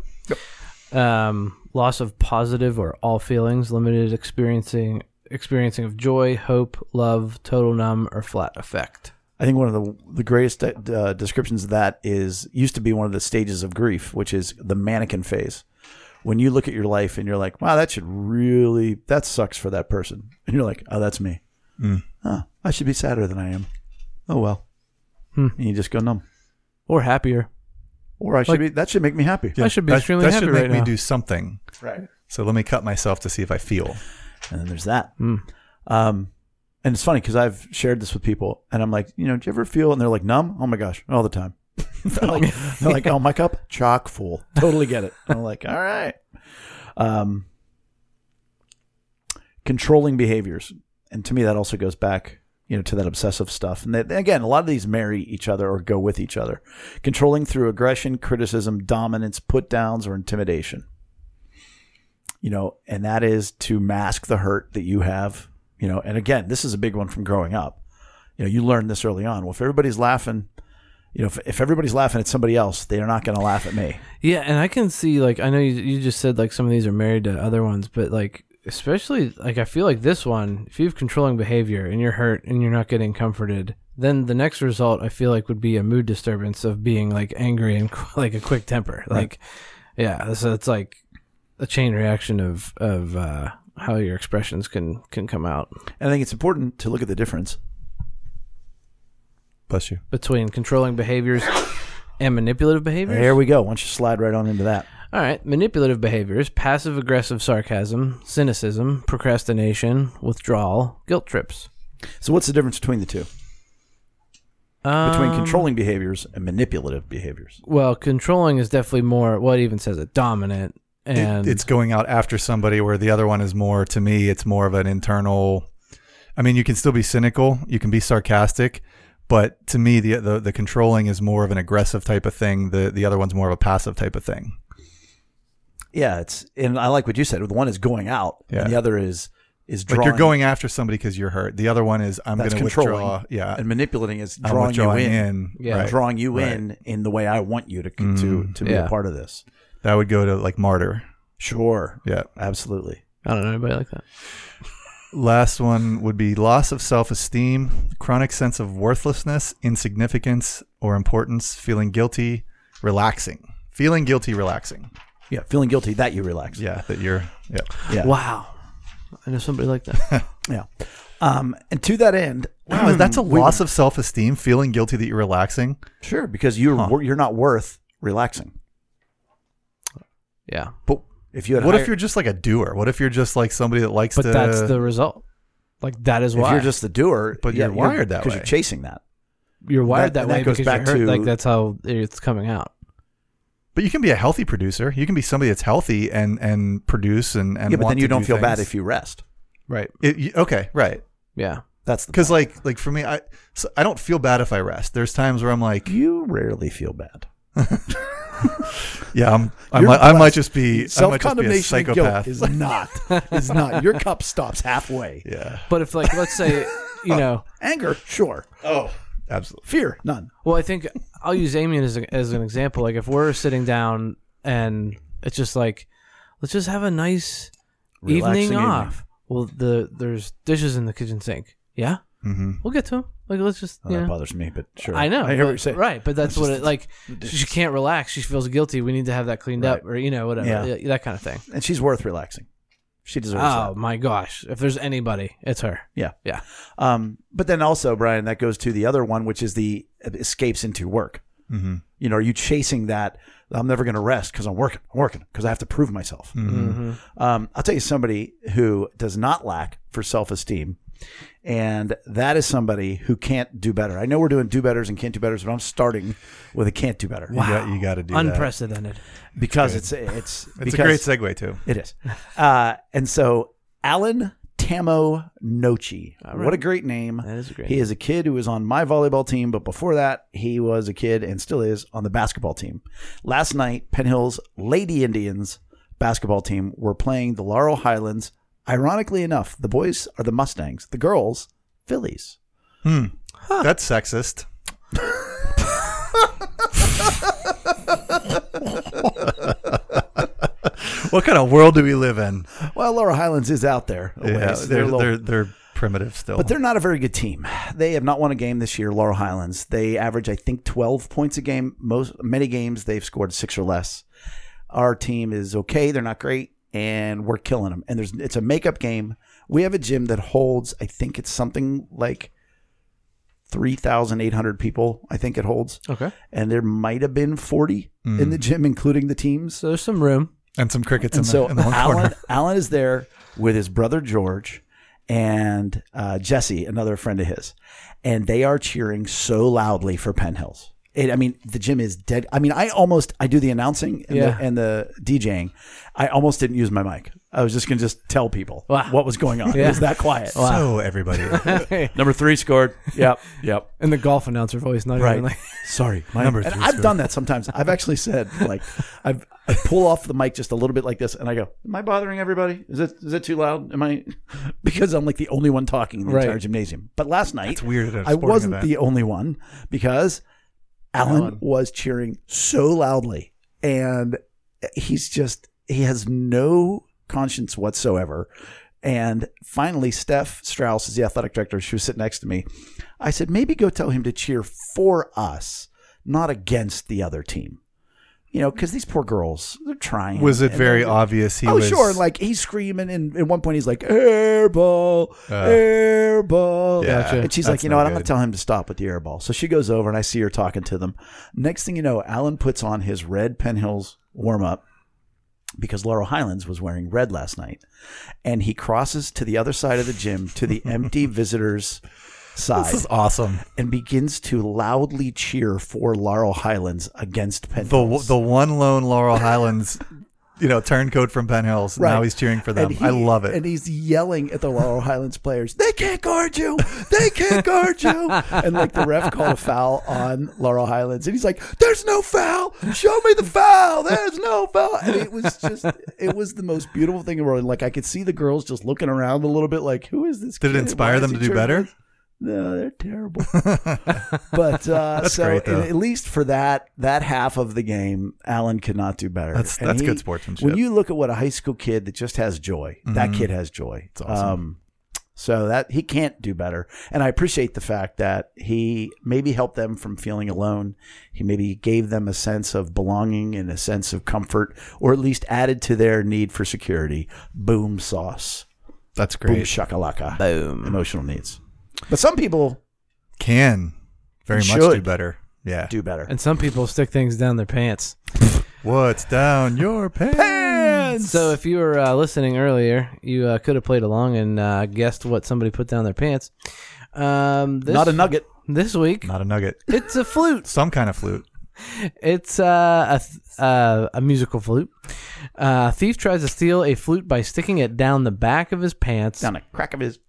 Speaker 3: Um, loss of positive or all feelings, limited experiencing experiencing of joy, hope, love, total numb or flat effect.
Speaker 2: I think one of the the greatest uh, descriptions of that is used to be one of the stages of grief, which is the mannequin phase. When you look at your life and you're like, "Wow, that should really that sucks for that person," and you're like, "Oh, that's me. Huh, I should be sadder than I am. Oh well."
Speaker 3: Hmm.
Speaker 2: And you just go numb.
Speaker 3: Or happier.
Speaker 2: Or I should
Speaker 3: Like-
Speaker 2: be that should make me happy.
Speaker 3: I should be
Speaker 1: that,
Speaker 3: extremely
Speaker 1: that
Speaker 3: happy
Speaker 1: should make
Speaker 3: right
Speaker 1: me
Speaker 3: now.
Speaker 1: do something.
Speaker 2: Right.
Speaker 1: So let me cut myself to see if I feel.
Speaker 2: And then there's that.
Speaker 3: Hmm.
Speaker 2: Um, and it's funny because I've shared this with people, and I'm like, you know, do you ever feel? And they're like, numb. Oh my gosh, all the time. they're like, they're like, oh my cup, chock full. Totally get it. And I'm like, all right. Um, controlling behaviors, and to me, that also goes back, you know, to that obsessive stuff. And that, again, a lot of these marry each other or go with each other. Controlling through aggression, criticism, dominance, put downs, or intimidation you know, and that is to mask the hurt that you have, you know. And again, this is a big one from growing up. You know, you learn this early on. Well, if everybody's laughing, you know, if, if everybody's laughing at somebody else, they're not going to laugh at me.
Speaker 3: Yeah, and I can see like I know you you just said like some of these are married to other ones, but like especially like I feel like this one, if you have controlling behavior and you're hurt and you're not getting comforted, then the next result I feel like would be a mood disturbance of being like angry and like a quick temper. Like, yeah, so it's like a chain reaction of of uh, how your expressions can can come out
Speaker 2: And I think it's important to look at the difference.
Speaker 1: Bless you.
Speaker 3: between controlling behaviors and manipulative behaviors.
Speaker 2: There we go. Why don't you slide right on into that?
Speaker 3: All right, manipulative behaviors, passive aggressive sarcasm, cynicism, procrastination, withdrawal, guilt trips.
Speaker 2: So, what's the difference between the two? Between
Speaker 3: Um,
Speaker 2: controlling behaviors and manipulative behaviors.
Speaker 3: Well, controlling is definitely more what even says it dominant
Speaker 1: It-
Speaker 3: and
Speaker 1: it's going out after somebody where the other one is more to me it's more of an internal i mean you can still be cynical you can be sarcastic but to me the the, the controlling is more of an aggressive type of thing the the other one's more of a passive type of thing
Speaker 2: Yeah, it's and I like what you said. The one is going out,
Speaker 1: Yeah.
Speaker 2: and the other is is
Speaker 1: like
Speaker 2: drawing.
Speaker 1: you're going after somebody because you're hurt the other one is i'm going
Speaker 2: That's
Speaker 1: to
Speaker 2: controlling.
Speaker 1: withdraw yeah
Speaker 2: and manipulating is
Speaker 1: I'm
Speaker 2: drawing you
Speaker 1: withdrawing
Speaker 2: in,
Speaker 3: Yeah.
Speaker 1: Right.
Speaker 2: drawing you
Speaker 1: Right. Mm,
Speaker 2: in in the way I want you to to to be
Speaker 3: Yeah.
Speaker 2: a part of this.
Speaker 1: that would go to like martyr
Speaker 2: Sure,
Speaker 1: yeah
Speaker 2: absolutely.
Speaker 3: I don't know anybody like that.
Speaker 1: Last one would be loss of self esteem, chronic sense of worthlessness, insignificance, or importance, feeling guilty, relaxing. Feeling guilty, relaxing.
Speaker 2: Yeah, feeling guilty that you relax.
Speaker 1: Yeah, that you're, yeah.
Speaker 2: Yeah.
Speaker 3: Wow. I know somebody like that.
Speaker 2: Yeah. Um, and to that end,
Speaker 1: Wow, that's a loss of self esteem, feeling guilty that you're relaxing.
Speaker 2: sure because you're wor- you're not worth relaxing.
Speaker 3: yeah.
Speaker 1: But
Speaker 2: If you had
Speaker 1: what
Speaker 2: higher,
Speaker 1: if you're just like a doer? What if you're just like somebody that likes
Speaker 3: But
Speaker 1: to.
Speaker 3: that's the result. Like that is
Speaker 2: if
Speaker 3: why
Speaker 2: you're just the doer,
Speaker 1: But you're wired that
Speaker 2: because
Speaker 1: way.
Speaker 2: you're chasing that.
Speaker 3: you're wired
Speaker 2: that-
Speaker 3: that,
Speaker 2: that
Speaker 3: way
Speaker 2: goes
Speaker 3: because
Speaker 2: back
Speaker 3: you're hurt.
Speaker 2: to-
Speaker 3: like that's how it's coming out.
Speaker 1: but you can be a healthy producer. You can be somebody that's healthy and, and produce and, and
Speaker 2: yeah, but
Speaker 1: want
Speaker 2: then you
Speaker 1: to
Speaker 2: don't
Speaker 1: do
Speaker 2: feel bad
Speaker 1: things.
Speaker 2: if you rest.
Speaker 3: Right.
Speaker 1: It- you- okay, right.
Speaker 3: Yeah.
Speaker 2: That's the
Speaker 1: Because like, like for me, I, so I don't feel bad if I rest. There's times where I'm like,
Speaker 2: you rarely feel bad.
Speaker 1: Yeah, I'm, I,
Speaker 2: You're
Speaker 1: might, I might
Speaker 2: blessed.
Speaker 1: just be I might just be a
Speaker 2: Self-condemnation and guilt
Speaker 1: psychopath.
Speaker 2: is not is not your cup stops halfway.
Speaker 1: yeah.
Speaker 3: But if like let's say, you know,
Speaker 2: Anger, sure.
Speaker 1: Oh, absolutely.
Speaker 2: Fear, none.
Speaker 3: Well, I think I'll use Damien as, a, as an example. Like, if we're sitting down and it's just like, let's just have a nice
Speaker 2: Relaxing
Speaker 3: evening
Speaker 2: evening.
Speaker 3: off. Well, the there's dishes in the kitchen sink. Yeah,
Speaker 1: Mm-hmm.
Speaker 3: we'll get to them. Like, let's just
Speaker 2: Oh,
Speaker 3: you
Speaker 2: That
Speaker 3: know.
Speaker 2: bothers me, but sure.
Speaker 3: I know.
Speaker 2: I hear
Speaker 3: but-
Speaker 2: what you're saying.
Speaker 3: Right, but that's what it like. She can't relax. She feels guilty. We need to have that cleaned up, or you know, whatever.
Speaker 2: Yeah.
Speaker 3: Yeah, that kind of thing.
Speaker 2: And she's worth relaxing. She deserves
Speaker 3: Oh my gosh! If there's anybody, it's her.
Speaker 2: Yeah.
Speaker 3: Yeah.
Speaker 2: that. Um, but then also, Brian, that goes to the other one, which is the escapes into work.
Speaker 1: Mm-hmm.
Speaker 2: You know, are you chasing that? I'm never going to rest because I'm working, I'm working because I have to prove myself.
Speaker 3: Mm-hmm.
Speaker 2: Um, I'll tell you somebody who does not lack for self esteem, and that is somebody who can't do better. I know we're doing do betters and can't do betters, but I'm starting with a can't do better
Speaker 1: You got you got to do that.
Speaker 3: Unprecedented.
Speaker 2: because it's it's
Speaker 1: It's
Speaker 2: because
Speaker 1: a great segue too.
Speaker 2: It is, uh, and so Alan Tamo Nochi, what a great name!
Speaker 3: That is a great
Speaker 2: He is a kid who was on my volleyball team, but before that, he was a kid and still is on the basketball team. Last night, Penn Hill's Lady Indians basketball team were playing the Laurel Highlands. Ironically enough, the boys are the Mustangs, the girls, Phillies.
Speaker 1: That's sexist. what kind of world do we live in?
Speaker 2: Well, Laurel Highlands is out there. a
Speaker 1: Yeah,
Speaker 2: ways.
Speaker 1: they're,
Speaker 2: a little-
Speaker 1: they're they're primitive still.
Speaker 2: But they're not a very good team. They have not won a game this year, Laurel Highlands. They average, I think, 12 points a game. Most many games they've scored six or less. Our team is okay. They're not great, and we're killing them. And there's it's a makeup game. We have a gym that holds, I think it's something like 3,800 people. I think it holds,
Speaker 3: Okay.
Speaker 2: and there might have been 40 in the gym, including the teams.
Speaker 3: So there's some room.
Speaker 1: and some crickets in
Speaker 2: And
Speaker 1: the,
Speaker 2: so
Speaker 1: in the one
Speaker 2: Alan,
Speaker 1: corner.
Speaker 2: Alan is there with his brother George and uh, Jesse, another friend of his, and they are cheering so loudly for Penn Hills. It, I mean, the gym is dead. I mean, I almost I do the announcing and,
Speaker 3: Yeah.
Speaker 2: the, and the DJing. I almost didn't use my mic. I was just gonna just tell people
Speaker 3: Wow.
Speaker 2: what was going on. It
Speaker 3: Yeah.
Speaker 2: was that quiet.
Speaker 1: So everybody,
Speaker 2: Number three scored. Yep. Yep.
Speaker 3: In the golf announcer voice, not
Speaker 2: Right.
Speaker 3: even like
Speaker 2: Sorry, my
Speaker 1: Number
Speaker 2: And
Speaker 1: three
Speaker 2: I've
Speaker 1: scored.
Speaker 2: done that sometimes. I've actually said like I've I pull off the mic just a little bit like this, and I go, "Am I bothering everybody? Is it is it too loud? Am I?" Because I'm like the only one talking in the
Speaker 3: Right.
Speaker 2: entire gymnasium. But last night,
Speaker 1: it's weird. At a
Speaker 2: I
Speaker 1: sporting
Speaker 2: wasn't
Speaker 1: event.
Speaker 2: the only one because Alan, was cheering so loudly, and he's just he has no conscience whatsoever. And finally, Steph Strauss is the athletic director. She was sitting next to me. I said, maybe go tell him to cheer for us, not against the other team. You know, because these poor girls, they're trying.
Speaker 1: Was it
Speaker 2: And
Speaker 1: very
Speaker 2: they're-
Speaker 1: obvious he
Speaker 2: oh,
Speaker 1: was
Speaker 2: sure. Like he's screaming, and at one point he's like, "Airball,
Speaker 1: Uh,
Speaker 2: airball."
Speaker 1: yeah,
Speaker 2: and she's like,
Speaker 1: that's
Speaker 2: "You know
Speaker 1: no
Speaker 2: what? I'm
Speaker 1: good.
Speaker 2: gonna tell him to stop with the airball." So she goes over, and I see her talking to them. Next thing you know, Alan puts on his red Penhills warm up because Laurel Highlands was wearing red last night, and he crosses to the other side of the gym to the empty visitors' side
Speaker 1: This is awesome.
Speaker 2: and begins to loudly cheer for Laurel Highlands against
Speaker 1: The
Speaker 2: Penhills.
Speaker 1: the one lone Laurel Highlands, you know, turncoat from Penn Hills. Now
Speaker 2: Right.
Speaker 1: he's cheering for them.
Speaker 2: And
Speaker 1: I
Speaker 2: he-
Speaker 1: love it.
Speaker 2: And he's yelling at the Laurel Highlands players, they can't guard you. They can't guard you. And like the ref called a foul on Laurel Highlands. And he's like, there's no foul. Show me the foul. There's no foul. And it was just, it was the most beautiful thing in the world. Like I could see the girls just looking around a little bit like, who is this
Speaker 1: Did it
Speaker 2: kid? Why
Speaker 1: inspire
Speaker 2: is
Speaker 1: them
Speaker 2: he
Speaker 1: to do
Speaker 2: cheering
Speaker 1: better?
Speaker 2: no, they're terrible. but uh, so
Speaker 1: great, though.
Speaker 2: at least for that that half of the game, Allen could not do better.
Speaker 1: That's-
Speaker 2: And
Speaker 1: that's good sportsmanship. Mm-hmm.
Speaker 2: When you look at what a high school kid that just has joy, that kid has joy. It's
Speaker 1: awesome.
Speaker 2: Um, so that he can't do better, and I appreciate the fact that he maybe helped them from feeling alone. He maybe gave them a sense of belonging and a sense of comfort, or at least added to their need for security. Boom sauce,
Speaker 1: That's
Speaker 2: boom
Speaker 1: great.
Speaker 2: shakalaka,
Speaker 3: Boom.
Speaker 2: emotional needs. But some people
Speaker 1: Can very
Speaker 2: You
Speaker 1: much do
Speaker 2: should.
Speaker 1: better. Yeah.
Speaker 2: do better.
Speaker 3: And some people stick things down their pants.
Speaker 1: What's down your pants?
Speaker 3: So if you were uh, listening earlier, you uh, could have played along and uh, guessed what somebody put down their pants. Um, this,
Speaker 2: Not a nugget.
Speaker 3: this week,
Speaker 1: Not a nugget.
Speaker 3: it's a flute.
Speaker 1: Some kind of flute.
Speaker 3: It's uh, a th- uh, a musical flute. Uh, thief tries to steal a flute by sticking it down the back of his pants.
Speaker 2: Down a crack of his.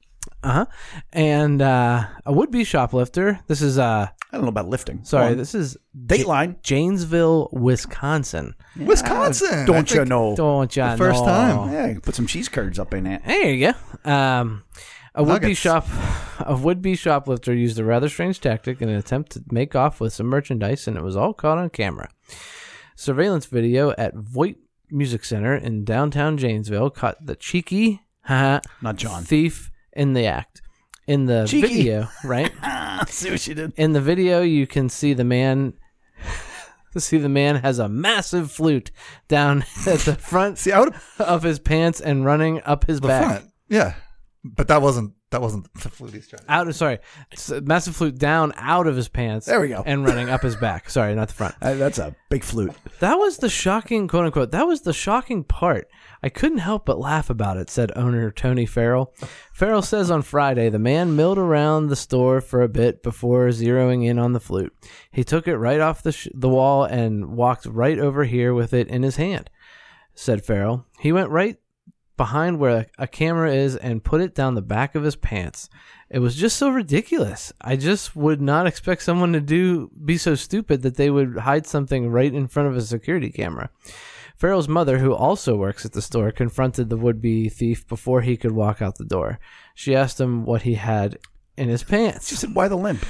Speaker 3: Uh-huh. And uh, a would-be shoplifter. This is uh,
Speaker 2: I don't know about lifting.
Speaker 3: sorry,
Speaker 2: Go on.
Speaker 3: this is
Speaker 2: Dateline.
Speaker 3: Janesville, Wisconsin.
Speaker 1: Wisconsin. I
Speaker 2: Don't you
Speaker 1: think
Speaker 2: know?
Speaker 3: Don't ya
Speaker 1: Oh. the first
Speaker 3: know?
Speaker 1: time.
Speaker 2: Yeah, put some cheese curds up in it.
Speaker 3: There you go. Um, a would-be
Speaker 1: Nuggets.
Speaker 3: shop, a would-be shoplifter used a rather strange tactic in an attempt to make off with some merchandise, and it was all caught on camera. Surveillance video at Voight Music Center in downtown Janesville caught the cheeky haha,
Speaker 2: Not John.
Speaker 3: thief in the act. In the
Speaker 2: Cheeky.
Speaker 3: video, right?
Speaker 2: Ah, see what she did.
Speaker 3: in the video you can see the man see the man has a massive flute down at the front
Speaker 1: See, I would
Speaker 3: of his pants and running up his
Speaker 1: the
Speaker 3: back
Speaker 1: front. Yeah. But that wasn't that wasn't the flute he's trying to
Speaker 3: out of sorry s- massive flute down out of his pants
Speaker 2: There we go.
Speaker 3: and running up his back sorry not the front
Speaker 2: Uh, that's a big flute.
Speaker 3: that was the shocking quote unquote that was the shocking part i couldn't help but laugh about it said owner tony farrell farrell says on friday the man milled around the store for a bit before zeroing in on the flute he took it right off the, sh- the wall and walked right over here with it in his hand said farrell he went right behind where a camera is and put it down the back of his pants. It was just so ridiculous. I just would not expect someone to do be so stupid that they would hide something right in front of a security camera. Farrell's mother, who also works at the store, confronted the would-be thief before he could walk out the door. She asked him what he had in his pants.
Speaker 2: She said, "Why the limp?"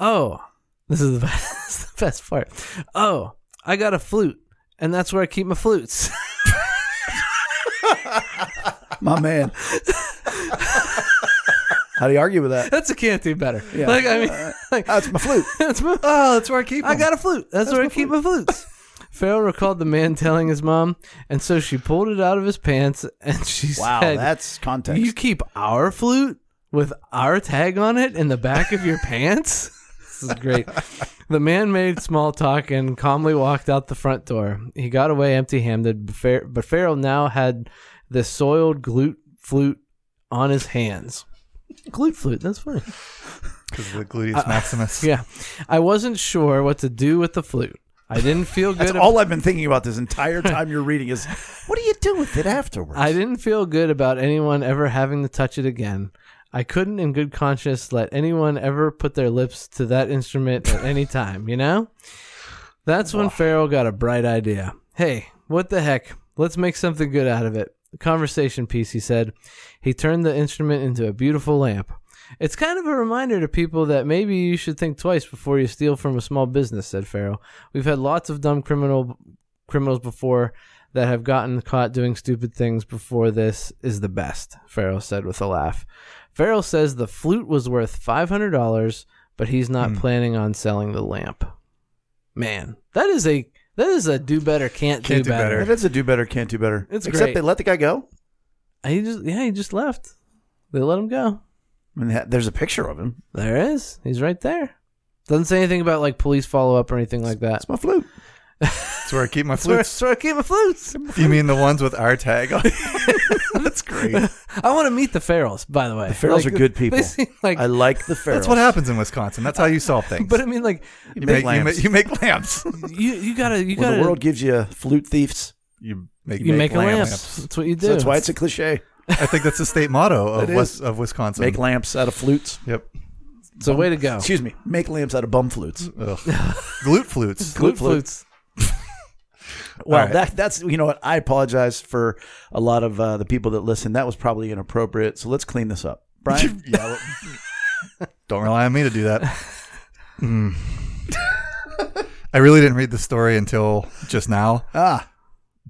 Speaker 3: Oh, this is the best, this is the best part. Oh, I got a flute, and that's where I keep my flutes.
Speaker 2: My man. How do you argue with that?
Speaker 3: that's a can't do better.
Speaker 2: Yeah.
Speaker 3: Like I mean, like,
Speaker 2: That's my flute.
Speaker 3: that's my,
Speaker 1: Oh, that's where I keep
Speaker 3: I got a flute. That's, where I keep my flutes. Farrell recalled the man telling his mom, and so she pulled it out of his pants and she
Speaker 2: Wow,
Speaker 3: said,
Speaker 2: that's context.
Speaker 3: You keep our flute with our tag on it in the back of your pants? This is great. The man made small talk and calmly walked out the front door. He got away empty handed, but Far- but Farrell now had the soiled glute flute on his hands. Glute flute, that's funny.
Speaker 1: because the
Speaker 2: Uh,
Speaker 1: gluteus maximus.
Speaker 3: Yeah. I wasn't sure what to do with the flute. I didn't feel good
Speaker 2: that's
Speaker 3: about
Speaker 2: all I've been thinking about this entire time you're reading is, what do you do with it afterwards?
Speaker 3: I didn't feel good about anyone ever having to touch it again. I couldn't, in good conscience, let anyone ever put their lips to that instrument at any time, you know? That's when Farrell got a bright idea. Hey, what the heck? Let's make something good out of it. A conversation piece, he said. He turned the instrument into a beautiful lamp. It's kind of a reminder to people that maybe you should think twice before you steal from a small business, said Farrell. We've had lots of dumb criminal criminals before that have gotten caught doing stupid things before this is the best, Farrell said with a laugh. Farrell says the flute was worth $500, but he's not
Speaker 1: Hmm.
Speaker 3: planning on selling the lamp. Man, that is a that is a do better can't,
Speaker 1: Can't
Speaker 3: do,
Speaker 1: do better.
Speaker 3: better.
Speaker 2: That's a do better, can't do better.
Speaker 3: It's
Speaker 2: Except
Speaker 3: great.
Speaker 2: they let the guy go.
Speaker 3: He just yeah, he just left. They let him go.
Speaker 2: And ha- there's a picture of him.
Speaker 3: There it is. He's right there. Doesn't say anything about like police follow up or anything like that.
Speaker 2: That's my flute.
Speaker 1: That's where I keep my
Speaker 3: That's where,
Speaker 1: flutes.
Speaker 3: that's where I keep my flutes.
Speaker 1: You mean the ones with our tag on? That's great.
Speaker 3: I want to meet the Ferals, by the way. The
Speaker 2: Ferrells are good people.
Speaker 3: They seem like,
Speaker 2: I like the Ferrells.
Speaker 1: That's what happens in Wisconsin. That's how you solve things.
Speaker 3: but I mean, like
Speaker 2: You
Speaker 1: you
Speaker 2: make
Speaker 1: make, you,
Speaker 2: lamps.
Speaker 1: make, you make lamps.
Speaker 3: you, you gotta,
Speaker 2: when
Speaker 3: you gotta,
Speaker 2: the world gives you flute thieves,
Speaker 1: You make,
Speaker 3: you make, a lamp.
Speaker 1: lamps.
Speaker 3: That's what you do.
Speaker 2: so that's why it's a cliche.
Speaker 1: I think that's the state motto of
Speaker 2: It
Speaker 1: West, of Wisconsin.
Speaker 2: Make lamps out of flutes.
Speaker 1: Yep.
Speaker 3: It's a way to go.
Speaker 2: Excuse me. Make lamps out of bum flutes.
Speaker 1: Oh. Ugh. Glute flutes.
Speaker 2: Glute
Speaker 3: Glute
Speaker 2: flute.
Speaker 3: flutes.
Speaker 2: Well,
Speaker 1: right.
Speaker 2: that, that's you know what. I apologize for a lot of uh, the people that listen. That was probably inappropriate. So let's clean this up, Brian.
Speaker 1: Yeah, well, don't rely on me to do that. Mm. I really didn't read the story until just now.
Speaker 2: ah,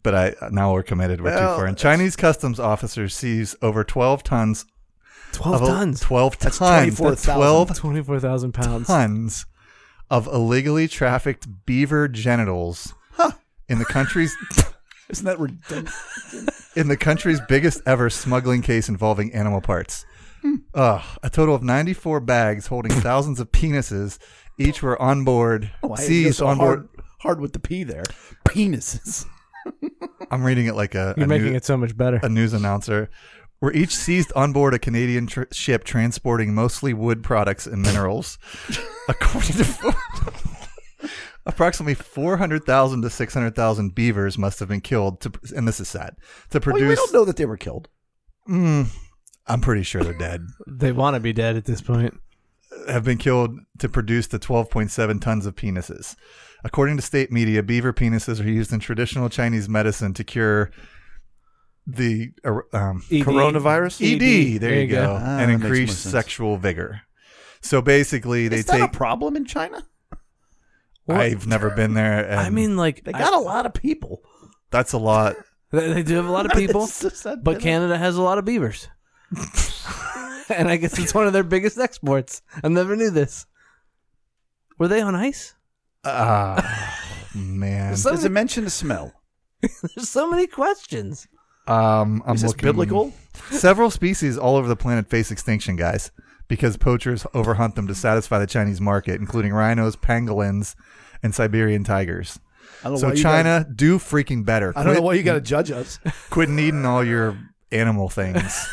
Speaker 1: but I now we're committed. We're
Speaker 2: Well,
Speaker 1: too far. And Chinese customs officer sees over twelve tons
Speaker 3: Twelve
Speaker 1: of
Speaker 3: tons.
Speaker 1: twelve
Speaker 2: That's
Speaker 1: tons,
Speaker 2: 24,000.
Speaker 1: twelve
Speaker 3: Twenty-four thousand pounds.
Speaker 1: tons of illegally trafficked beaver genitals in the country's
Speaker 2: isn't that redundant?
Speaker 1: in the country's biggest ever smuggling case involving animal parts.
Speaker 2: Hmm.
Speaker 1: Ugh, a total of ninety four bags holding thousands of penises. Each were on board.
Speaker 2: Oh, Why did it go
Speaker 1: seized
Speaker 2: so
Speaker 1: on board.
Speaker 2: hard, hard with the P there? Penises.
Speaker 1: I'm reading it like a.
Speaker 3: You're
Speaker 1: a
Speaker 3: making
Speaker 1: new-
Speaker 3: it so much better.
Speaker 1: a news announcer, were each seized on board a Canadian tr- ship transporting mostly wood products and minerals. According to approximately 400,000 to 600,000 beavers must have been killed to, and this is sad, to
Speaker 2: Well, we
Speaker 1: produce.
Speaker 2: don't know that they were killed.
Speaker 1: Mm, I'm pretty sure they're dead.
Speaker 3: They want to be dead at this point.
Speaker 1: have been killed to produce the 12.7 tons of penises. According to state media, beaver penises are used in traditional Chinese medicine to cure the uh, um,
Speaker 3: ED.
Speaker 2: Coronavirus?
Speaker 1: ED. There, you go,
Speaker 2: Ah,
Speaker 1: and
Speaker 2: that makes more
Speaker 1: increase
Speaker 2: sense.
Speaker 1: sexual vigor. So basically, they
Speaker 2: Is that
Speaker 1: take.
Speaker 2: a problem in China?
Speaker 1: I've never been there. And
Speaker 3: I mean, like
Speaker 2: They got a lot of people.
Speaker 1: that's a lot.
Speaker 3: I, they do have a lot of people,
Speaker 2: It's just that-
Speaker 3: but Canada has a lot of beavers, and I guess it's one of their biggest exports. I never knew this. Were they on ice?
Speaker 1: Ah, man.
Speaker 3: So-
Speaker 2: does it mention the smell?
Speaker 3: There's so many questions.
Speaker 1: Um, I'm
Speaker 2: Is this
Speaker 1: looking-
Speaker 2: biblical?
Speaker 1: Several species all over the planet face extinction, guys, because poachers overhunt them to satisfy the Chinese market, including rhinos, pangolins, and Siberian tigers.
Speaker 2: I don't
Speaker 1: So
Speaker 2: you
Speaker 1: China, do freaking better.
Speaker 2: gotta- I don't know
Speaker 1: Quit-
Speaker 2: why you got to judge us.
Speaker 1: Quit needing all your animal things.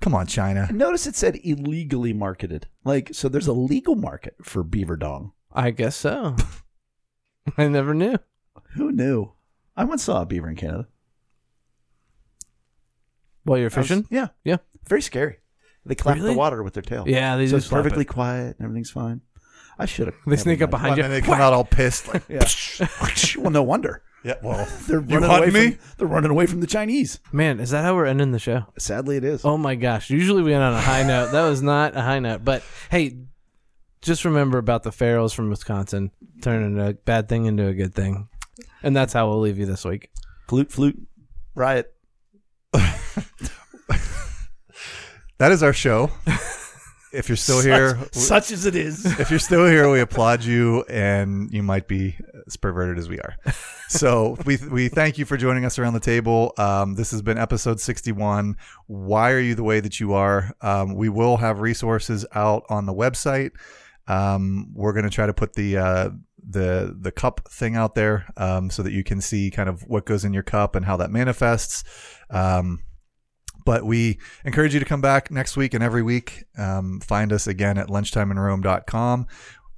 Speaker 1: Come on, China.
Speaker 2: Notice it said illegally marketed. Like, so there's a legal market for beaver dong.
Speaker 3: I guess so. I never knew.
Speaker 2: Who knew? I once saw a beaver in Canada.
Speaker 3: While you're
Speaker 2: I was-
Speaker 3: fishing?
Speaker 2: yeah.
Speaker 3: Yeah.
Speaker 2: Very scary. They clap
Speaker 3: Really?
Speaker 2: the water with their tail.
Speaker 3: Yeah, they
Speaker 2: so
Speaker 3: just
Speaker 2: it's perfectly quiet and everything's fine. I should have.
Speaker 3: They sneak up behind
Speaker 1: And
Speaker 3: you.
Speaker 1: then they come out all pissed. Like,
Speaker 2: Yeah. well, no wonder.
Speaker 1: yeah, well,
Speaker 2: They're
Speaker 1: you
Speaker 2: running
Speaker 1: want
Speaker 2: away
Speaker 1: me?
Speaker 2: From, they're running away from the Chinese.
Speaker 3: Man, is that how we're ending the show?
Speaker 2: Sadly, it is.
Speaker 3: Oh my gosh. Usually we end on a high note. That was not a high note. But hey, just remember about the Pharaohs from Wisconsin turning a bad thing into a good thing. And that's how we'll leave you this week.
Speaker 2: Flute, flute, riot.
Speaker 1: That is our show. If you're still here,
Speaker 2: Such as it is.
Speaker 1: if you're still here, we applaud you, and you might be as perverted as we are. So we we thank you for joining us around the table. Um, this has been episode 61. Why are you the way that you are? Um, we will have resources out on the website. Um, we're going to try to put the uh, the the cup thing out there um, so that you can see kind of what goes in your cup and how that manifests. Um, but we encourage you to come back next week and every week. Um, find us again at lunchtimeinrome.com.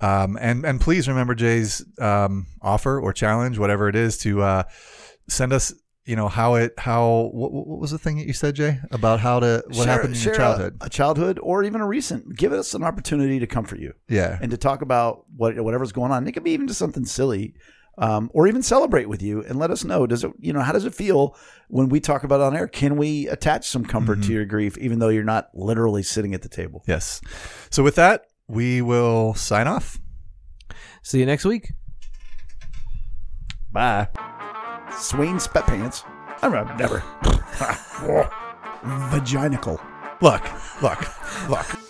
Speaker 1: Um, and and please remember Jay's um, offer or challenge, whatever it is, to uh, send us. You know how it how what, what was the thing that you said, Jay, about how to what
Speaker 2: Share-
Speaker 1: happened in your
Speaker 2: share a-
Speaker 1: childhood?
Speaker 2: A, childhood or even a recent. Give us an opportunity to comfort you
Speaker 1: yeah,
Speaker 2: and to talk about what whatever's going on. It could be even just something silly. Um, or even celebrate with you and let us know does it you know how does it feel when we talk about it on air can we attach some comfort to your grief even though you're not literally sitting at the table
Speaker 1: yes. So with that, we will sign off.
Speaker 3: See you next week.
Speaker 2: Bye. Swain sweatpants. I'm not- never. Vaginical.
Speaker 1: Look, look, look.